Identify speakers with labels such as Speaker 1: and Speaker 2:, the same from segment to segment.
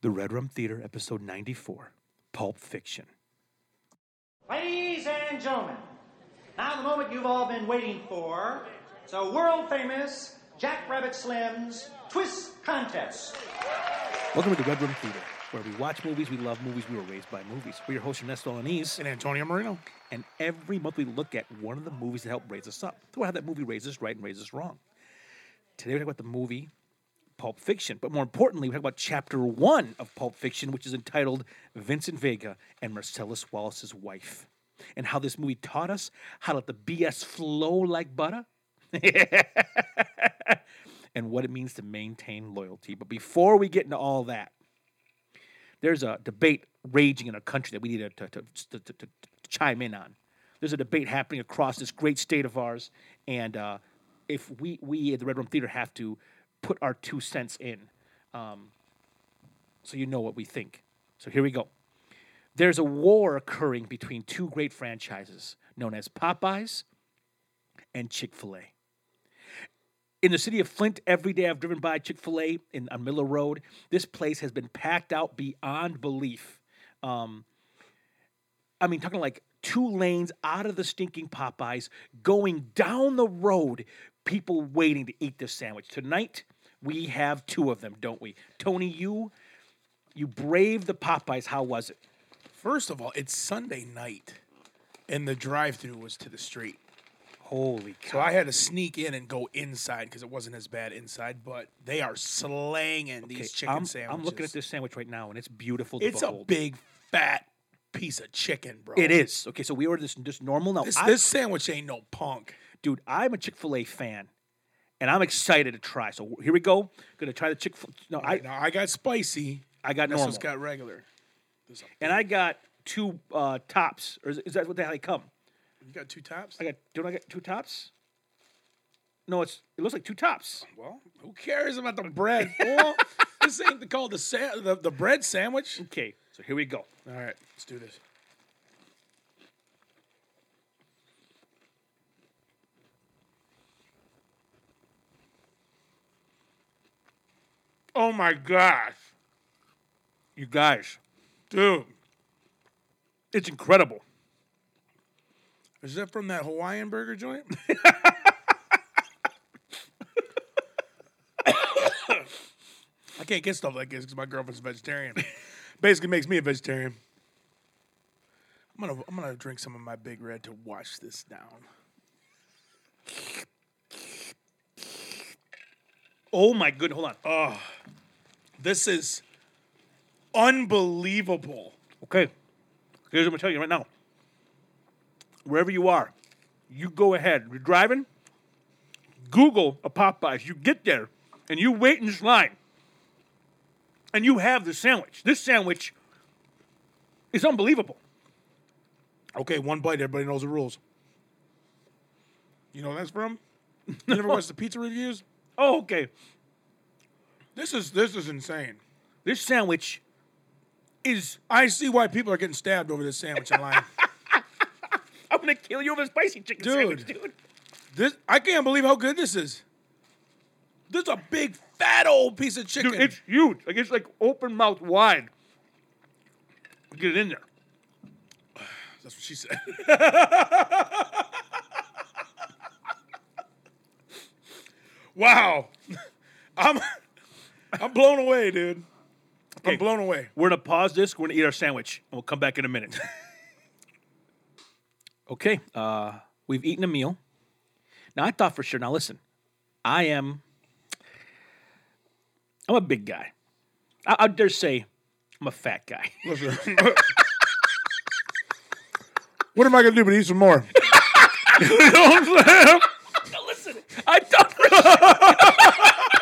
Speaker 1: The Red Room Theater, episode 94 Pulp Fiction.
Speaker 2: Ladies and gentlemen, now the moment you've all been waiting for. So, world famous Jackrabbit Slim's Twist Contest.
Speaker 1: Welcome to the Red Room Theater, where we watch movies, we love movies, we were raised by movies. We're your hosts, Ernesto Alaniz,
Speaker 3: and Antonio Marino.
Speaker 1: and every month we look at one of the movies that helped raise us up. So, how that movie raised us right and raised us wrong. Today, we're talking about the movie Pulp Fiction, but more importantly, we talk about chapter one of Pulp Fiction, which is entitled Vincent Vega and Marcellus Wallace's Wife, and how this movie taught us how to let the BS flow like butter and what it means to maintain loyalty. But before we get into all that, there's a debate raging in our country that we need to, to, to, to, to chime in on. There's a debate happening across this great state of ours, and uh, if we we at the Red Room Theater have to put our two cents in, um, so you know what we think. So here we go. There's a war occurring between two great franchises known as Popeyes and Chick Fil A in the city of Flint, every day I've driven by Chick Fil A in on Miller Road. This place has been packed out beyond belief. Um, I mean, talking like two lanes out of the stinking Popeyes, going down the road, people waiting to eat this sandwich. Tonight we have two of them, don't we, Tony? You you braved the Popeyes. How was it?
Speaker 3: First of all, it's Sunday night, and the drive-through was to the street,
Speaker 1: Holy cow!
Speaker 3: so I had to sneak in and go inside because it wasn't as bad inside. But they are slanging
Speaker 1: Okay,
Speaker 3: these chicken
Speaker 1: I'm,
Speaker 3: sandwiches.
Speaker 1: I'm looking at this sandwich right now, and it's beautiful. To
Speaker 3: It's a
Speaker 1: behold.
Speaker 3: big fat piece of chicken, bro.
Speaker 1: It is okay. So we ordered this just normal. Now
Speaker 3: This,
Speaker 1: I-
Speaker 3: this sandwich ain't no punk.
Speaker 1: dude, I'm a Chick Fil A fan, and I'm excited to try. So here we go. Gonna try the Chick Fil. No, I
Speaker 3: now I got spicy.
Speaker 1: I got
Speaker 3: That's
Speaker 1: normal,
Speaker 3: what's got regular. There's a-
Speaker 1: and I got two uh, tops, or is, is that what the hell they come?
Speaker 3: you got two tops.
Speaker 1: I got don't I get two tops? No, it's it looks like two tops.
Speaker 3: well, who cares about the bread? fool? this ain't called the, sa- the the bread sandwich.
Speaker 1: Okay, so here we go.
Speaker 3: All right, let's do this. Oh my gosh,
Speaker 1: You guys,
Speaker 3: dude!
Speaker 1: it's incredible.
Speaker 3: Is that from that Hawaiian burger joint? I can't get stuff like this because my girlfriend's vegetarian. Basically, makes me a vegetarian. I'm gonna I'm gonna drink some of my Big Red to wash this down.
Speaker 1: Oh my good, hold on.
Speaker 3: This is unbelievable.
Speaker 1: Okay, here's what I'm gonna tell you right now. Wherever you are, you go ahead. You're driving. Google a Popeyes. You get there, and you wait in this line, and you have the sandwich. This sandwich is unbelievable.
Speaker 3: Okay, one bite. Everybody knows the rules. You know where that's from? You never watched the pizza reviews?
Speaker 1: Oh, okay,
Speaker 3: This is this is insane.
Speaker 1: this sandwich is.
Speaker 3: I see why people are getting stabbed over this sandwich in line.
Speaker 1: I'm gonna kill you with a spicy chicken
Speaker 3: Dude.
Speaker 1: sandwich, dude.
Speaker 3: This I can't believe how good this is. This is a big fat old piece of chicken.
Speaker 1: Dude, it's huge. Like it's like open mouth wide. Get it in there.
Speaker 3: That's what she said. wow. I'm I'm blown away, dude.
Speaker 1: Okay.
Speaker 3: I'm blown away.
Speaker 1: We're gonna pause this. We're gonna eat our sandwich, and we'll come back in a minute. okay, uh, we've eaten a meal. Now I thought for sure. Now listen, I am. I'm a big guy. I, I dare say, I'm a fat guy.
Speaker 3: Listen. what am I gonna do but eat some more? you know what I'm saying?
Speaker 1: Now listen, I thought for sure.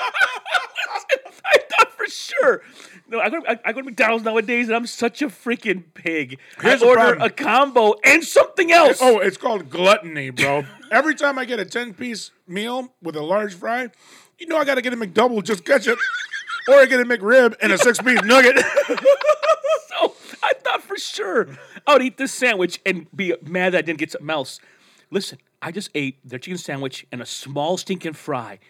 Speaker 1: Listen, I thought for sure. No, I go, to, I, I go to McDonald's nowadays, and I'm such a freaking pig.
Speaker 3: Here's
Speaker 1: I
Speaker 3: the
Speaker 1: order
Speaker 3: problem.
Speaker 1: a combo and something else.
Speaker 3: Oh, it's called gluttony, bro. Every time I get a 10 piece meal with a large fry, you know I got to get a McDouble, just ketchup, or I get a McRib and a six piece nugget.
Speaker 1: So I thought for sure I would eat this sandwich and be mad that I didn't get something else. Listen, I just ate their chicken sandwich and a small stinking fry,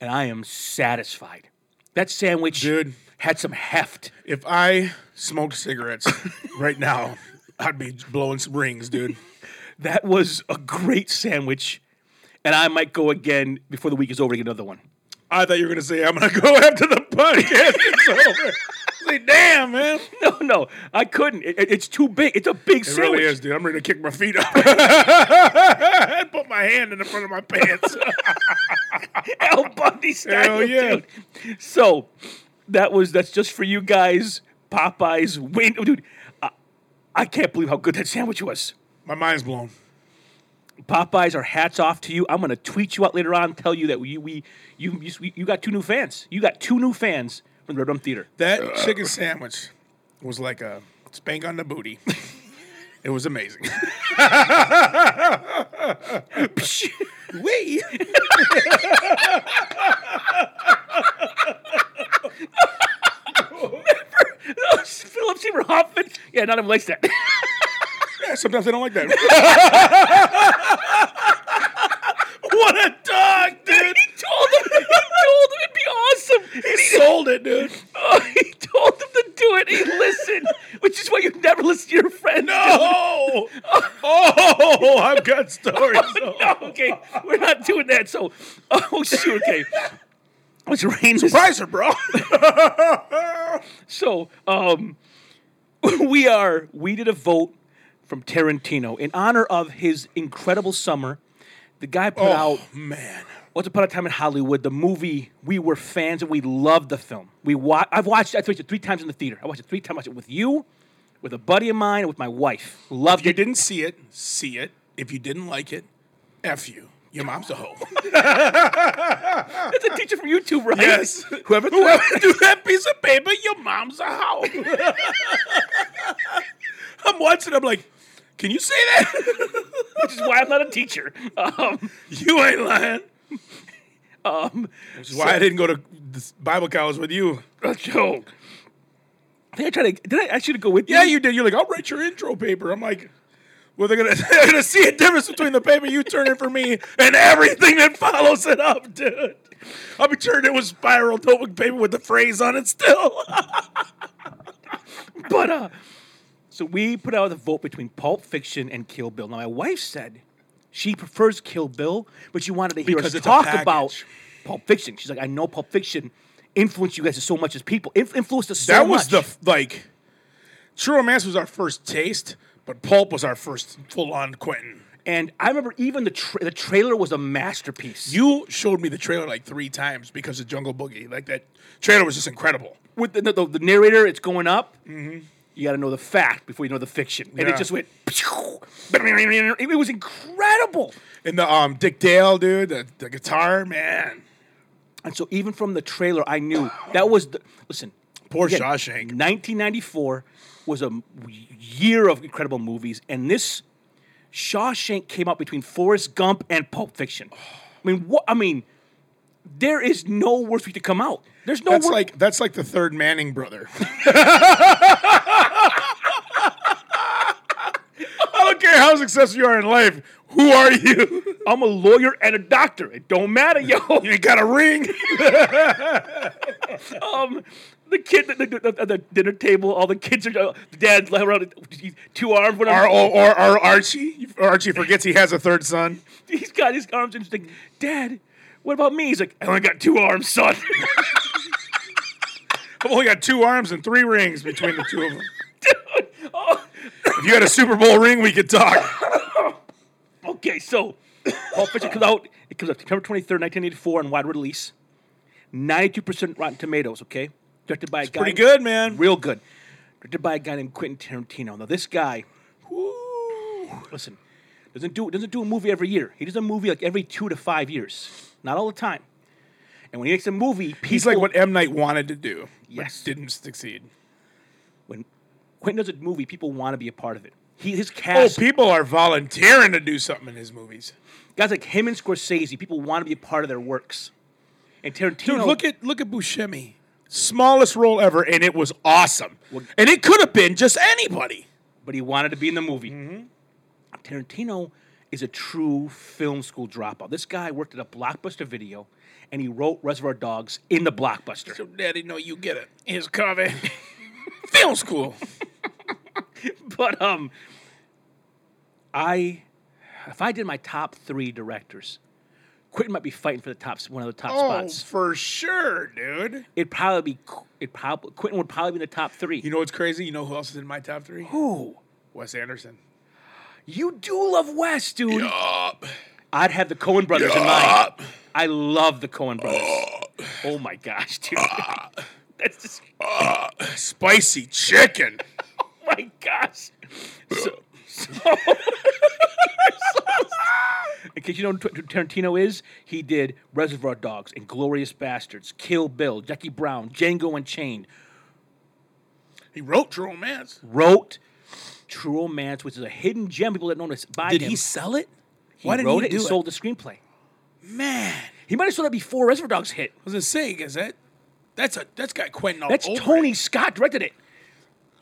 Speaker 1: and I am satisfied. That sandwich
Speaker 3: Dude.
Speaker 1: had some heft.
Speaker 3: If I smoked cigarettes right now, I'd be blowing some rings, dude.
Speaker 1: That was a great sandwich, and I might go again before the week is over to get another one.
Speaker 3: I thought you were gonna say I'm gonna go after the podcast. It's over. Say, damn, man.
Speaker 1: No, no, I couldn't. It- it- it's too big. It's a big
Speaker 3: It
Speaker 1: sandwich.
Speaker 3: really is, dude. I'm ready to kick my feet up and put my hand in the front of my pants.
Speaker 1: Al Bundy style,
Speaker 3: Hell yeah.
Speaker 1: dude. So that was that's just for you guys. Popeyes win, oh, dude. I, I can't believe how good that sandwich was.
Speaker 3: my mind's blown.
Speaker 1: Popeyes, our hats off to you. I'm gonna tweet you out later on, and tell you that we we you you, we- you got two new fans. You got two new fans from the Red Rum Theater.
Speaker 3: That chicken sandwich was like a spank on the booty. it was amazing. Wee.
Speaker 1: Philip Seymour Hoffman. Yeah, not even likes that.
Speaker 3: Yeah, sometimes I don't like that.
Speaker 1: what a dog, dude! he told him. He told him it'd be awesome.
Speaker 3: he sold it, dude.
Speaker 1: Oh, he told him to do it. He listened, which is why you never listen to your friends.
Speaker 3: Oh, oh, I've got stories.
Speaker 1: no, okay, we're not doing that. So, oh shoot, okay. It's raining.
Speaker 3: Pricer, bro.
Speaker 1: So, um, we are we did a vote from Tarantino in honor of his incredible summer. The guy put
Speaker 3: Oh.
Speaker 1: out
Speaker 3: man.
Speaker 1: Once Upon a Time in Hollywood, the movie. We were fans and we loved the film. We wa- I've watched. I watched it three times in the theater. I watched it three times. I watched it with you, with a buddy of mine, and with my wife. Loved
Speaker 3: If you
Speaker 1: it.
Speaker 3: didn't see it, see it. If you didn't like it, F you. Your mom's a hoe.
Speaker 1: That's a teacher from YouTube, right?
Speaker 3: Yes.
Speaker 1: Whoever.
Speaker 3: Whoever threw that piece of paper, your mom's a hoe. I'm watching, I'm like, can you say that?
Speaker 1: which is why I'm not a teacher. Um,
Speaker 3: you ain't lying.
Speaker 1: um,
Speaker 3: Which is why I didn't go to this Bible college with you.
Speaker 1: so, I think I tried to. Did I? I should go with
Speaker 3: Yeah,
Speaker 1: you.
Speaker 3: you did. You're like, I'll write your intro paper. I'm like, well, they're gonna they're gonna see a difference between the paper you turn in for me and everything that follows it up, dude. I'll be sure it was spiral notebook paper with the phrase on it still.
Speaker 1: But uh, so we put out the vote between Pulp Fiction and Kill Bill. Now my wife said she prefers Kill Bill, but she wanted to hear
Speaker 3: Because
Speaker 1: us
Speaker 3: it's a
Speaker 1: talk
Speaker 3: package.
Speaker 1: about Pulp Fiction. She's like, I know Pulp Fiction influenced you guys so much as people. Inf- influenced us so
Speaker 3: that was the
Speaker 1: much.
Speaker 3: f- like True Romance was our first taste, but Pulp was our first full on Quentin.
Speaker 1: and I remember even the tra- the trailer was a masterpiece.
Speaker 3: You showed me the trailer like three times because of Jungle Boogie. Like that trailer was just incredible.
Speaker 1: with the, the, the narrator, it's going up. You got to know the fact before you know the fiction, and
Speaker 3: Mm-hmm. Yeah.
Speaker 1: it just went. It was incredible.
Speaker 3: And the um Dick Dale dude, the, the guitar man,
Speaker 1: And so, even from the trailer, I knew that was the listen.
Speaker 3: poor
Speaker 1: again,
Speaker 3: Shawshank.
Speaker 1: 1994 was a m- year of incredible movies, and this Shawshank came out between Forrest Gump and Pulp Fiction. I mean, what? I mean, there is no worse week to come out. There's no
Speaker 3: That's
Speaker 1: wor-
Speaker 3: like that's like the third Manning brother. I don't care how successful you are in life. Who are you?
Speaker 1: I'm a lawyer and a doctor. It don't matter, yo.
Speaker 3: You got a ring.
Speaker 1: um, the kid at the, the, the, the dinner table, all the kids are, uh, the dad's like around, two arms, one
Speaker 3: Or,
Speaker 1: arm,
Speaker 3: or, or, or Archie. Archie forgets he has a third son.
Speaker 1: he's got his arms and he's like, Dad, what about me? He's like, I only got two arms, son.
Speaker 3: I've only got two arms and three rings between the two of them.
Speaker 1: Oh,
Speaker 3: If you had a Super Bowl ring, we could talk.
Speaker 1: okay, so Pulp Fiction comes out, it comes out September 23rd, 1984, on wide release. 92% Rotten Tomatoes, okay? Directed by a guy.
Speaker 3: Pretty good, man.
Speaker 1: Real good. Directed by a guy named Quentin Tarantino. Now, this guy,
Speaker 3: Woo.
Speaker 1: listen, doesn't do doesn't do a movie every year. He does a movie like every two to five years, not all the time. And when he makes a movie, people,
Speaker 3: He's like what M. Knight wanted to do,
Speaker 1: Yes.
Speaker 3: but didn't succeed. e-
Speaker 1: when Quentin does a movie, people want to be a part of it. He his
Speaker 3: Oh,
Speaker 1: cast
Speaker 3: people are volunteering to do something in his movies.
Speaker 1: guys like him and Scorsese, people want to be a part of their works. And Tarantino,
Speaker 3: Dude, look at look at Buscemi. Smallest role ever, and it was awesome. and it could have been just anybody.
Speaker 1: but he wanted to be in the movie. Tarantino is a true film school dropout. This guy worked at a Blockbuster video, and he wrote Reservoir Dogs in the Blockbuster.
Speaker 3: So, Daddy, no, you get it. Here's coffee. Film school.
Speaker 1: But um, I, if I did my top three directors, Quentin might be fighting for the top one of the
Speaker 3: Oh.
Speaker 1: top spots.
Speaker 3: for sure, dude.
Speaker 1: It'd probably be Qu- it probably Quentin would probably be in the top three.
Speaker 3: You know what's crazy? You know who else is in my top three?
Speaker 1: Ooh,
Speaker 3: Wes Anderson.
Speaker 1: you do love West, dude.
Speaker 3: Yup.
Speaker 1: I'd have the Cohen brothers in mind.
Speaker 3: Yup.
Speaker 1: I love the Cohen brothers. Oh my gosh, dude. That's just
Speaker 3: Spicy chicken.
Speaker 1: oh my gosh. So, so, in case you don't know who Tarantino is, he did Reservoir Dogs, Inglorious Bastards, Kill Bill, Jackie Brown, Django Unchained,
Speaker 3: He wrote True Romance.
Speaker 1: wrote True Romance, which is a hidden gem. People that know this by him.
Speaker 3: sell it?
Speaker 1: He
Speaker 3: Why did
Speaker 1: wrote
Speaker 3: he
Speaker 1: it and
Speaker 3: do it?
Speaker 1: sold the screenplay.
Speaker 3: Man, I
Speaker 1: He might have sold it before Reservoir Dogs hit.
Speaker 3: was gonna say, is that that's a that's got Quentin all
Speaker 1: That's
Speaker 3: over
Speaker 1: Tony
Speaker 3: it.
Speaker 1: Scott directed it,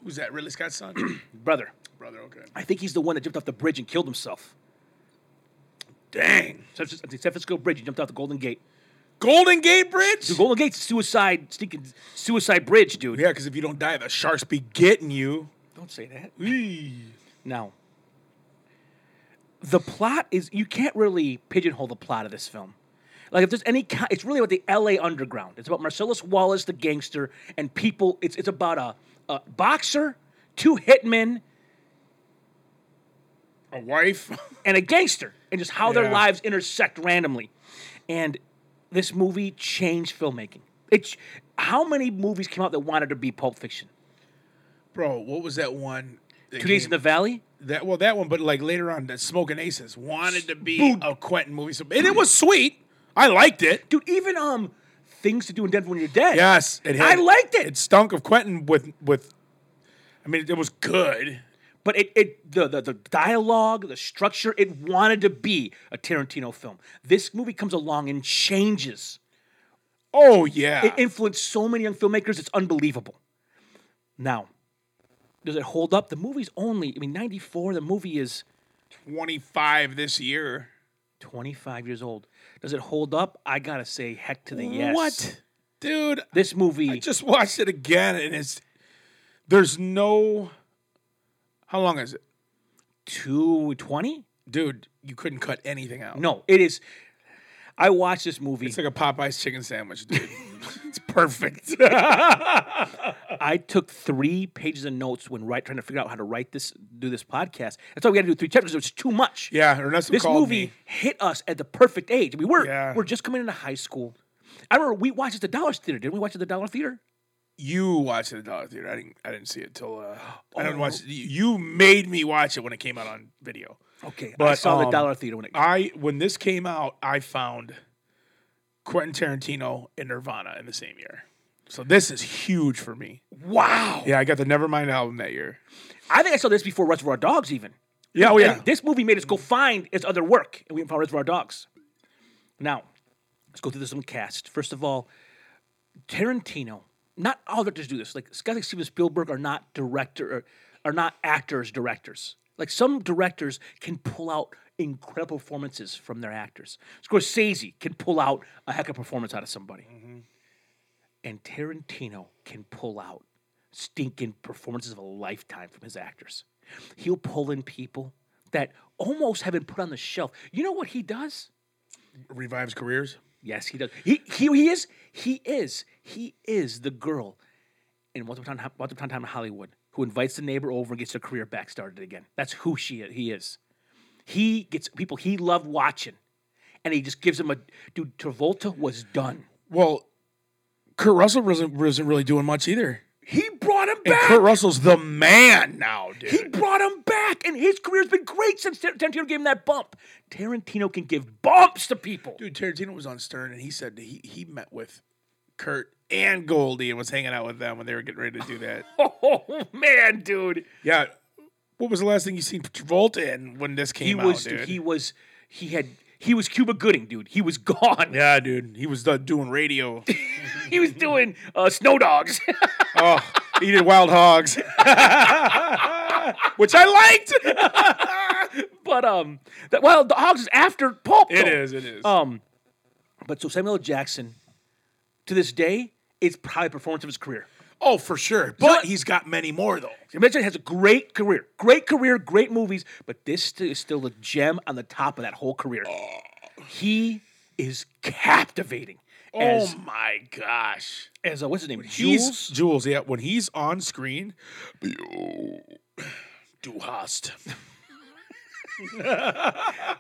Speaker 3: Who's that? Ridley Scott's son,
Speaker 1: brother.
Speaker 3: brother. Okay.
Speaker 1: I think he's the one that jumped off the bridge and killed himself.
Speaker 3: Dang.
Speaker 1: San Francisco- San Francisco Bridge. He jumped off the Golden Gate.
Speaker 3: Golden Gate Bridge.
Speaker 1: The Golden Gate's a suicide, sneaking suicide bridge, dude.
Speaker 3: yeah, because if you don't die, the sharks be getting you.
Speaker 1: Don't say that.
Speaker 3: Eee.
Speaker 1: Now, the plot is you can't really pigeonhole the plot of this film. Like if there's any, ki- it's really about the L.A. underground. It's about Marcellus Wallace, the gangster, and people. It's it's about a, a boxer, two hitmen,
Speaker 3: A wife.
Speaker 1: and a gangster, and just how their
Speaker 3: Yeah.
Speaker 1: lives intersect randomly. And this movie changed filmmaking. It's how many movies came out that wanted to be Pulp Fiction?
Speaker 3: Bro, what was that one? that
Speaker 1: Two Days in
Speaker 3: came-
Speaker 1: the Valley.
Speaker 3: That well, that one, but like later on, that Smoking Aces wanted to be a Quentin movie, so, and it was sweet. I liked it.
Speaker 1: dude. Even um, things to do in Denver when you're dead.
Speaker 3: Yes, it
Speaker 1: I
Speaker 3: had-
Speaker 1: liked it.
Speaker 3: It stunk of Quentin with with. I mean, it was good.
Speaker 1: but it, it the, the the dialogue, the structure, it wanted to be a Tarantino film. This movie comes along and changes.
Speaker 3: Oh yeah,
Speaker 1: It influenced so many young filmmakers. It's unbelievable. Now, does it hold up? The movie's only I mean, ninety four. The movie is
Speaker 3: twenty five this year.
Speaker 1: twenty five years old. Does it hold up? I gotta say, heck to the yes.
Speaker 3: What, dude?
Speaker 1: This movie,
Speaker 3: I just watched it again, and it's there's no. How long is it,
Speaker 1: two twenty?
Speaker 3: dude? You couldn't cut anything out.
Speaker 1: No, it is. I watched this movie.
Speaker 3: it's like a Popeyes chicken sandwich, dude. it's perfect.
Speaker 1: I took three pages of notes when right trying to figure out how to write this, do this podcast. That's why we got to do three chapters. It was too much.
Speaker 3: yeah, Ernesto
Speaker 1: this
Speaker 3: called
Speaker 1: movie
Speaker 3: me.
Speaker 1: hit us at the perfect age. We were
Speaker 3: Yeah.
Speaker 1: we're just coming into high school. I remember we watched it at the Dollar Theater. Didn't we watch it at the Dollar Theater?
Speaker 3: You watched it at the Dollar Theater. I didn't. I didn't see it till. Uh, I
Speaker 1: Oh.
Speaker 3: didn't watch. It. You made me watch it when it came out on video.
Speaker 1: Okay, I
Speaker 3: But,
Speaker 1: saw the
Speaker 3: um,
Speaker 1: Dollar Theater when it.
Speaker 3: I when this came out, I found Quentin Tarantino and Nirvana in the same year. So this is huge for me.
Speaker 1: wow,
Speaker 3: Yeah, I got the Nevermind album that year.
Speaker 1: I think I saw this before Reservoir Dogs even.
Speaker 3: Yeah, oh
Speaker 1: And
Speaker 3: yeah.
Speaker 1: This movie made us go find its other work, and we found Reservoir Dogs. Now, let's go through this one cast. First of all, Tarantino. Not all directors do this. Like guys like Steven Spielberg are not director, or, are not actors directors. Like some directors can pull out incredible performances from their actors. Scorsese can pull out a heck of a performance out of somebody, and Tarantino can pull out stinking performances of a lifetime from his actors. He'll pull in people that almost have been put on the shelf. You know what he does?
Speaker 3: Revives careers.
Speaker 1: Yes, he does. He he he is he is he is the girl in Once Upon a Time, Once Upon a Time in Hollywood who invites the neighbor over and gets her career back started again. That's who she is, he is. He gets people he loved watching, and he just gives them a dude. Travolta was done.
Speaker 3: Well, Kurt Russell wasn't, wasn't really doing much either.
Speaker 1: He brought him
Speaker 3: And
Speaker 1: back.
Speaker 3: Kurt Russell's the man now, dude.
Speaker 1: he brought him back, and his career's been great since Tar- Tarantino gave him that bump. Tarantino can give bumps to people.
Speaker 3: Dude, Tarantino was on Stern, and he said that he he met with Kurt and Goldie and was hanging out with them when they were getting ready to do that.
Speaker 1: Oh man, dude.
Speaker 3: yeah. What was the last thing you seen Travolta in when this came
Speaker 1: he
Speaker 3: out,
Speaker 1: was
Speaker 3: dude?
Speaker 1: he was he had he was Cuba Gooding, dude. He was gone.
Speaker 3: yeah, dude. He was uh, doing radio.
Speaker 1: he was doing uh, Snow Dogs.
Speaker 3: oh, he did Wild Hogs, which I liked.
Speaker 1: but um, that, well, the Hogs is after Pulp.
Speaker 3: It
Speaker 1: though.
Speaker 3: is, it is.
Speaker 1: Um, but so Samuel L. Jackson, to this day, is probably the performance of his career.
Speaker 3: oh, for sure. But he's got many more though.
Speaker 1: Samuel Jackson has a great career, great career, great movies, but this st- is still the gem on the top of that whole career. He is captivating. As,
Speaker 3: oh my gosh.
Speaker 1: as uh, what's his name?
Speaker 3: He's
Speaker 1: Jules.
Speaker 3: Jules, yeah. When he's on screen, du hast.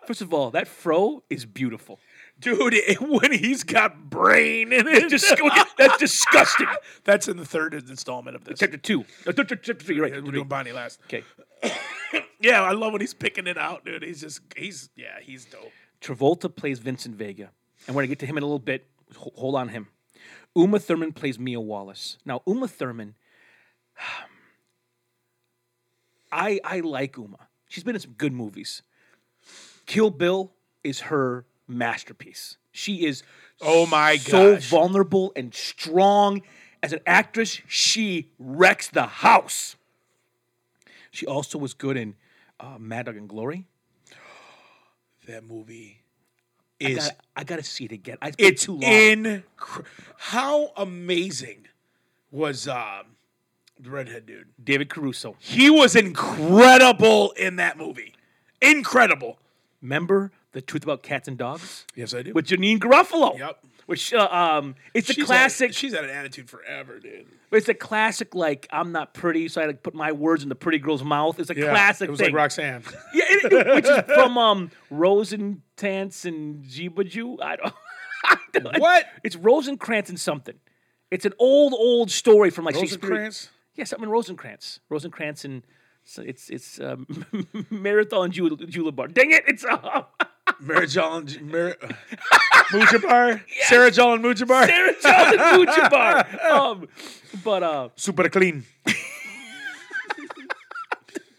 Speaker 1: First of all, that fro is beautiful.
Speaker 3: Dude, it- when he's got brain in it.
Speaker 1: Dis- look at- that's disgusting.
Speaker 3: That's in the third installment of this.
Speaker 1: Chapter two. Uh, th- th- chapter three. You're
Speaker 3: We're
Speaker 1: right.
Speaker 3: doing Bonnie last.
Speaker 1: Okay.
Speaker 3: Yeah, I love when he's picking it out, dude. He's just he's yeah, he's dope.
Speaker 1: Travolta plays Vincent Vega, and we're gonna get to him in a little bit. Ho- Hold on him. Uma Thurman plays Mia Wallace. Now Uma Thurman, I I like Uma. She's been in some good movies. Kill Bill is her masterpiece. She is
Speaker 3: Oh my
Speaker 1: so
Speaker 3: gosh.
Speaker 1: vulnerable and strong as an actress. She wrecks the house. She also was good in uh, Mad Dog and Glory.
Speaker 3: That movie
Speaker 1: I
Speaker 3: is
Speaker 1: gotta, I gotta see it again. I, it's been
Speaker 3: it's
Speaker 1: too long.
Speaker 3: in how amazing was um the redhead dude.
Speaker 1: David Caruso.
Speaker 3: He was incredible in that movie. Incredible.
Speaker 1: Remember the truth about cats and dogs
Speaker 3: Yes, I do.
Speaker 1: with Janine Garofalo.
Speaker 3: Yep.
Speaker 1: Which uh, um, it's the
Speaker 3: She's had-
Speaker 1: classic.
Speaker 3: she's had an attitude forever, dude.
Speaker 1: it's a classic. Like I'm not pretty, so I like put my words in the pretty girl's mouth. It's a
Speaker 3: Yeah,
Speaker 1: classic
Speaker 3: It was
Speaker 1: thing.
Speaker 3: like Roxanne.
Speaker 1: yeah, it- it- which is from um, Rosencrantz and Jeebajoo. I don't. I don't-
Speaker 3: What?
Speaker 1: It's Rosencrantz and something. It's an old, old story from like Shakespeare.
Speaker 3: Rosencrantz.
Speaker 1: Yeah, something in Rosencrantz. Rosencrantz and so it's it's um, Marathon Jul- Julibar. Dang it! It's uh,
Speaker 3: Mary uh, Jolin Mar- Mujabar. Sarah Jolin Mujabar.
Speaker 1: Sarah Johnson Mujibar. Um, but uh,
Speaker 3: Super clean.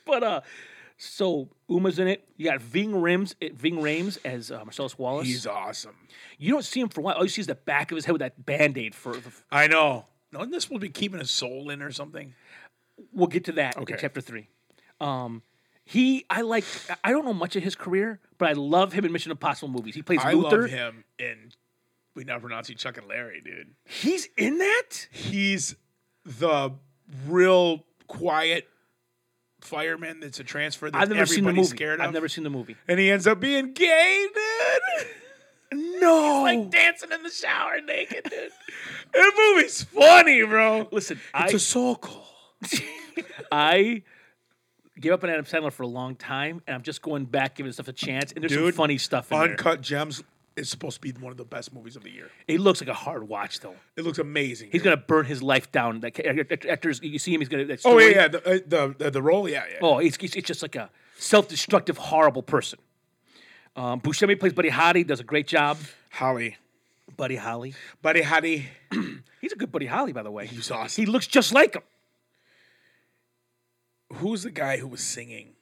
Speaker 1: but uh, so Uma's in it. You got Ving Rims, Ving Rames as uh, Marcellus Wallace.
Speaker 3: He's awesome.
Speaker 1: you don't see him for a while. All you see is the back of his head with that band aid. For
Speaker 3: I know. Now, Isn't this supposed to be keeping his soul in or something?
Speaker 1: we'll get to that
Speaker 3: Okay.
Speaker 1: in chapter three. Um, he, I like. I don't know much of his career, but I love him in Mission Impossible movies. He plays
Speaker 3: I
Speaker 1: Luther.
Speaker 3: love him in we now pronounce you Chuck and Larry, dude.
Speaker 1: He's in that.
Speaker 3: He's the real quiet fireman that's a transfer that
Speaker 1: I've never
Speaker 3: everybody's
Speaker 1: seen the movie.
Speaker 3: scared of.
Speaker 1: I've never seen the movie.
Speaker 3: and he ends up being gay, dude. No, like dancing in the shower naked, dude. that movie's funny, bro.
Speaker 1: Listen,
Speaker 3: It's
Speaker 1: I
Speaker 3: a soul call.
Speaker 1: I gave up on Adam Sandler for a long time, and I'm just going back giving stuff a chance. And there's
Speaker 3: Dude,
Speaker 1: some funny stuff in there.
Speaker 3: Uncut Gems is supposed to be one of the best movies of the year.
Speaker 1: It looks like a hard watch, though.
Speaker 3: It looks amazing.
Speaker 1: He's
Speaker 3: dude.
Speaker 1: gonna burn his life down. That ca- actors, you see him. He's gonna. That
Speaker 3: Oh yeah,
Speaker 1: story-
Speaker 3: yeah. The, uh, the the the role, yeah, yeah.
Speaker 1: Oh, it's, it's, it's just like a self-destructive, horrible person. Um, Buscemi plays Buddy Holly. Does a great job,
Speaker 3: Holly,
Speaker 1: Buddy Holly.
Speaker 3: buddy, Holly.
Speaker 1: He's a good Buddy Holly, by the way.
Speaker 3: He's awesome.
Speaker 1: He looks just like him.
Speaker 3: Who's the guy who was singing?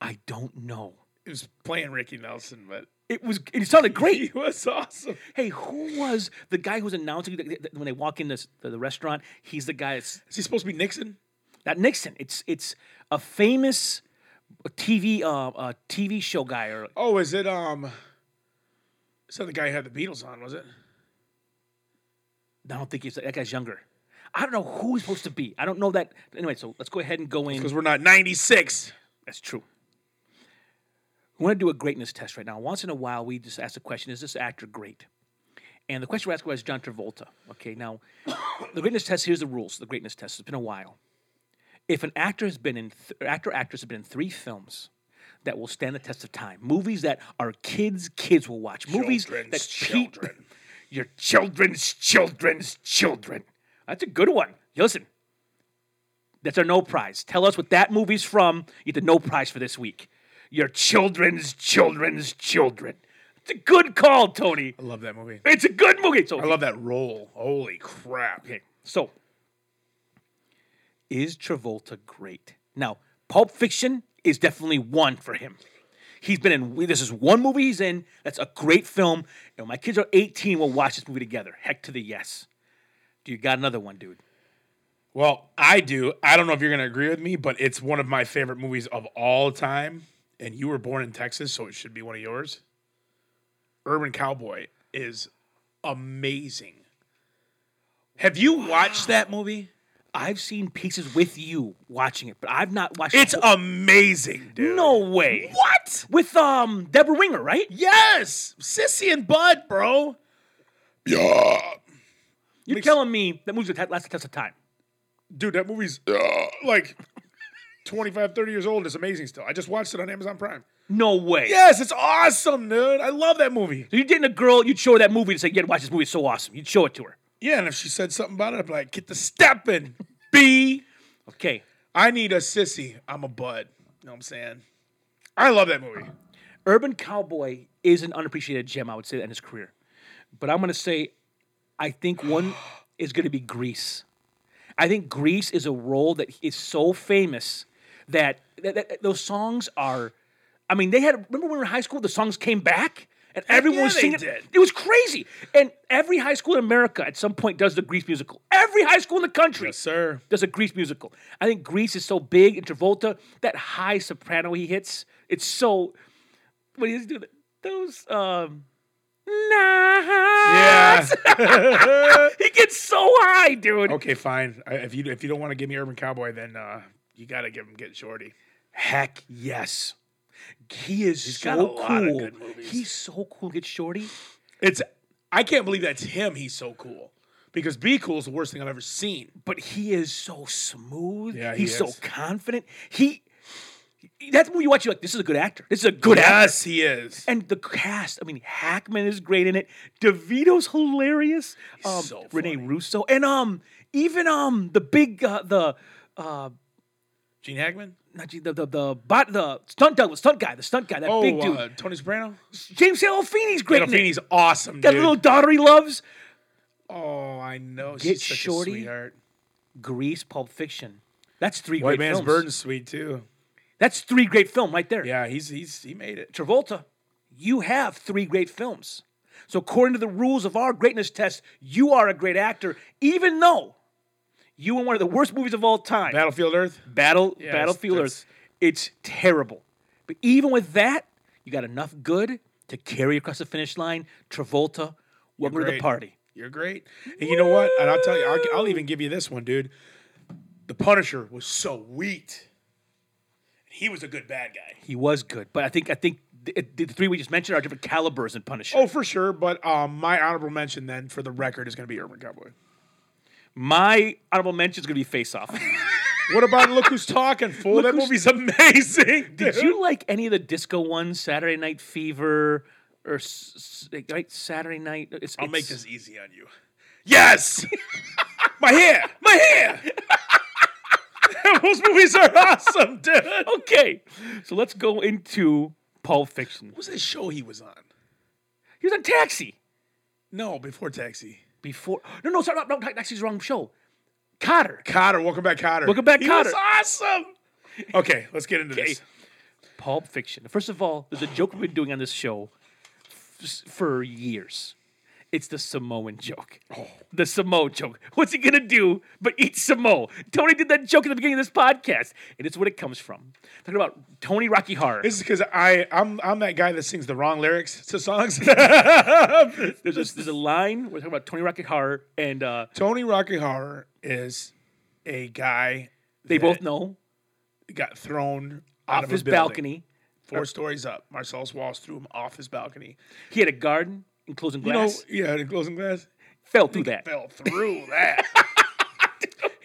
Speaker 1: I don't know.
Speaker 3: It was playing Ricky Nelson, but
Speaker 1: It was. It sounded great.
Speaker 3: he was awesome.
Speaker 1: Hey, who was the guy who was announcing that- that when they walk in this, the, the restaurant? He's the guy that's
Speaker 3: Is he supposed to be Nixon?
Speaker 1: not Nixon. It's it's a famous TV uh, uh TV show guy or
Speaker 3: Oh, is it um? It's not the guy who had the Beatles on, was it?
Speaker 1: I don't think he's that guy's younger. I don't know who he's supposed to be. I don't know that. Anyway, so let's go ahead and go in.
Speaker 3: Because we're not '96.
Speaker 1: That's true. We want to do a greatness test right now. Once in a while, we just ask the question: Is this actor great? And the question we're asking was John Travolta. Okay, now the greatness test. Here's the rules. The greatness test. It's been a while. If an actor has been in th- actor or actress has been in three films that will stand the test of time, movies that our kids' kids will watch, movies that
Speaker 3: Children's
Speaker 1: pe-
Speaker 3: children.
Speaker 1: your children's children's children. That's a good one. Listen, that's our no prize. Tell us what that movie's from. You get the no prize for this week. Your children's children's children. It's a good call, Tony.
Speaker 3: I love that movie.
Speaker 1: It's a good movie.
Speaker 3: I
Speaker 1: So,
Speaker 3: love that role. Holy crap!
Speaker 1: okay, so is Travolta great? Now, Pulp Fiction is definitely one for him. He's been in. This is one movie he's in. That's a great film. And when my kids are 18, we'll watch this movie together. Heck to the yes. Do you got another one, dude?
Speaker 3: Well, I do. I don't know if you're going to agree with me, but it's one of my favorite movies of all time. and you were born in Texas, so it should be one of yours. Urban Cowboy is amazing. Have you watched that movie?
Speaker 1: I've seen pieces with you watching it, but I've not watched. the
Speaker 3: It's
Speaker 1: whole-
Speaker 3: amazing, dude.
Speaker 1: no way.
Speaker 3: What?
Speaker 1: With um Deborah Winger, right?
Speaker 3: Yes, Sissy and Bud, bro. Yeah,
Speaker 1: You're
Speaker 3: Makes-
Speaker 1: telling me that movie's gonna last the test of time.
Speaker 3: dude, that movie's uh, like 25, 30 years old. It's amazing still. I just watched it on Amazon Prime.
Speaker 1: No way.
Speaker 3: Yes, it's awesome, dude. I love that movie.
Speaker 1: So you're dating a girl, you'd show her that movie and say, "Yeah, watch this movie. It's so awesome." You'd show it to her.
Speaker 3: Yeah, and if she said something about it, I'd be like, get the step in, B.
Speaker 1: Okay.
Speaker 3: I need a sissy. I'm a bud. You know what I'm saying? I love that movie.
Speaker 1: Urban Cowboy is an unappreciated gem, I would say, in his career. But I'm going to say, I think one is going to be Grease. I think Grease is a role that is so famous that, that, that- those songs are. I mean, they had. Remember when we were in high school, the songs came back and everyone
Speaker 3: yeah,
Speaker 1: was
Speaker 3: they
Speaker 1: singing.
Speaker 3: did.
Speaker 1: It was crazy. And every high school in America at some point does the Grease musical. Every high school in the country
Speaker 3: sir.
Speaker 1: does a Grease musical. I think Grease is so big, and Travolta, that high soprano he hits, it's so. When he do those, um,
Speaker 3: Yeah.
Speaker 1: nice. he gets so high, dude.
Speaker 3: okay, fine. I, if you if you don't want to give me Urban Cowboy, then uh, you got to give him Get Shorty.
Speaker 1: Heck yes, he is
Speaker 3: got
Speaker 1: so
Speaker 3: a lot of
Speaker 1: cool.
Speaker 3: good movies.
Speaker 1: He's so cool. Get shorty.
Speaker 3: It's I can't believe that's him. He's so cool because Be Cool is the worst thing I've ever seen.
Speaker 1: but he is so smooth.
Speaker 3: Yeah, he
Speaker 1: he's so
Speaker 3: is.
Speaker 1: confident. He that's when you watch, you're like, this is a good actor. This is a good actor.
Speaker 3: Yes, he is.
Speaker 1: And the cast, I mean, Hackman is great in it. DeVito's hilarious. Um,
Speaker 3: so
Speaker 1: Rene
Speaker 3: funny.
Speaker 1: Russo, and um, even um, the big uh, the uh,
Speaker 3: Gene Hackman.
Speaker 1: not Gene- the the the bot the stunt double stunt guy, the stunt guy, that
Speaker 3: Oh,
Speaker 1: big dude,
Speaker 3: uh, Tony Soprano.
Speaker 1: James Gandolfini's great. in it.
Speaker 3: Gandolfini's awesome,
Speaker 1: That
Speaker 3: dude.
Speaker 1: little daughter he loves.
Speaker 3: oh, I know.
Speaker 1: Get
Speaker 3: She's such
Speaker 1: Shorty.
Speaker 3: a sweetheart.
Speaker 1: Grease, Pulp Fiction. That's three
Speaker 3: White
Speaker 1: great
Speaker 3: Man's
Speaker 1: films.
Speaker 3: Burden's sweet too.
Speaker 1: That's three great film right there.
Speaker 3: Yeah, he's he's he made it.
Speaker 1: Travolta, you have three great films. So, according to the rules of our greatness test, you are a great actor, even though you in one of the worst movies of all time,
Speaker 3: Battlefield Earth.
Speaker 1: Battle
Speaker 3: Yeah,
Speaker 1: Battlefield
Speaker 3: that's-
Speaker 1: Earth, it's terrible. But even with that, you got enough good to carry across the finish line. Travolta, welcome to the
Speaker 3: great.
Speaker 1: party.
Speaker 3: You're great. And you know what? And I'll tell you, I'll, I'll even give you this one, dude. The Punisher was sweet. He was a good bad guy.
Speaker 1: He was good, but I think I think the, the three we just mentioned are different calibers in Punisher.
Speaker 3: Oh, for sure. But um, my honorable mention then for the record is going to be Urban Cowboy.
Speaker 1: My honorable mention is going to be Face Off.
Speaker 3: What about Look Who's Talking, fool?
Speaker 1: Look
Speaker 3: that
Speaker 1: Who's-
Speaker 3: movie's amazing.
Speaker 1: Did
Speaker 3: dude.
Speaker 1: you like any of the disco ones? Saturday Night Fever or s- s- right Saturday Night? It's,
Speaker 3: I'll make
Speaker 1: it's-
Speaker 3: this easy on you. Yes! my hair! My hair! Those movies are awesome, dude. Oh, What
Speaker 1: Okay, so let's go into Pulp Fiction.
Speaker 3: was that show he was on?
Speaker 1: He was on Taxi
Speaker 3: No, before Taxi.
Speaker 1: before. No, no, sorry, no, no, Taxi's the wrong show. Cotter.
Speaker 3: Cotter, welcome back, Cotter.
Speaker 1: Welcome back,
Speaker 3: he
Speaker 1: Cotter.
Speaker 3: Was awesome. Okay, let's get into this.
Speaker 1: Pulp Fiction. First of all, there's a joke we've been doing on this show f- for years. It's the Samoan joke.
Speaker 3: Oh.
Speaker 1: The Samoa joke. What's he gonna do but eat Samoa? Tony did that joke at the beginning of this podcast, and it's what it comes from. Talking about Tony Rocky Horror.
Speaker 3: This is because I I'm I'm that guy that sings the wrong lyrics to songs.
Speaker 1: There's a, there's a line we're talking about Tony Rocky Horror, and uh,
Speaker 3: Tony Rocky Horror is a guy
Speaker 1: they both know
Speaker 3: that got thrown out
Speaker 1: off
Speaker 3: of
Speaker 1: his
Speaker 3: a building,
Speaker 1: balcony.
Speaker 3: four stories up. Marcellus Wallace threw him off his balcony.
Speaker 1: He had a garden enclosing
Speaker 3: You know,
Speaker 1: glass.
Speaker 3: yeah, the closing glass
Speaker 1: fell through that.
Speaker 3: fell through that.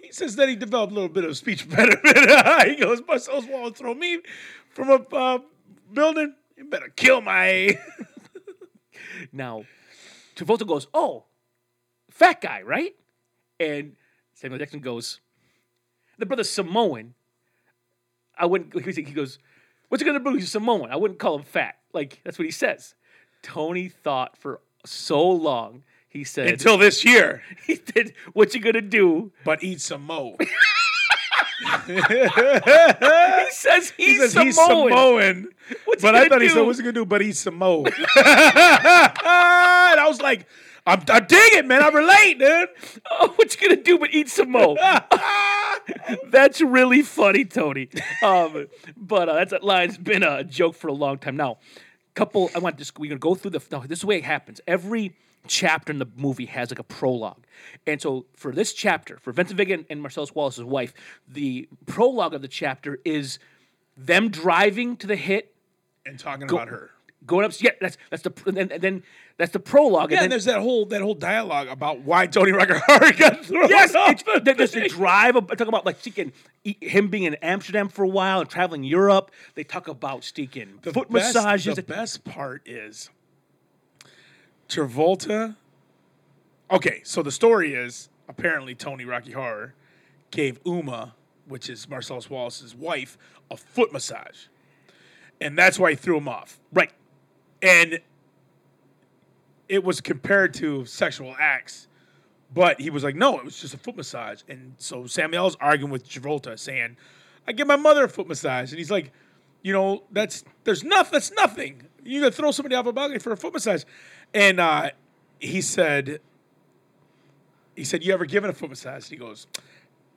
Speaker 3: He says that he developed a little bit of speech impediment. he goes, Marcel's Wallace throw me from a uh, building. You better kill my
Speaker 1: Now, Travolta goes, "Oh, fat guy, right?" And Samuel Jackson goes, "The brother Samoan." I wouldn't. He was- he goes, "What's it gonna do? He's Samoan. I wouldn't call him fat. Like that's what he says." Tony thought for so long. He said,
Speaker 3: until this year.
Speaker 1: "He did. What you gonna do?"
Speaker 3: But eat some mo.
Speaker 1: He says, "He's,
Speaker 3: He says
Speaker 1: Samoan."
Speaker 3: he's Samoan.
Speaker 1: What's he
Speaker 3: But I
Speaker 1: gonna
Speaker 3: thought he said,
Speaker 1: do?
Speaker 3: "What's he gonna do?" But he's Samoan. and I was like, "I'm, I dig it, man. I relate, dude."
Speaker 1: Oh, what you gonna do but eat some more? That's really funny, Tony. Um, but uh, that's, that line's been a joke for a long time now. Couple, I want this. We're gonna go through the. No, this is the way it happens. Every chapter in the movie has like a prologue, and so for this chapter, for Vincent Vega and, and Marcellus Wallace's wife, the prologue of the chapter is them driving to the hit,
Speaker 3: and talking about her.
Speaker 1: going up. Yeah, that's that's the and then, and then that's the prologue.
Speaker 3: Yeah,
Speaker 1: and
Speaker 3: and
Speaker 1: then,
Speaker 3: there's that whole that whole dialogue about why Tony Rockerhart got thrown
Speaker 1: Yes,
Speaker 3: off
Speaker 1: it's,
Speaker 3: the
Speaker 1: that- that's the
Speaker 3: thing.
Speaker 1: drive. Of, talk about like Steakin, him being in Amsterdam for a while and traveling Europe. They talk about Steakin
Speaker 3: The
Speaker 1: foot
Speaker 3: best-
Speaker 1: massages.
Speaker 3: The best part is Travolta. Okay, so the story is apparently Tony Rocky Horror gave Uma, which is Marcellus Wallace's wife, a foot massage, and that's why he threw him off.
Speaker 1: right,
Speaker 3: And it was compared to sexual acts, but he was like, no, it was just a foot massage. And so Samuel's arguing with Travolta, saying, I give my mother a foot massage. And he's like, you know, that's there's nothing. That's nothing. You're gonna throw somebody off a balcony for a foot massage. And uh, he said, he said, you ever given a foot massage? And he goes,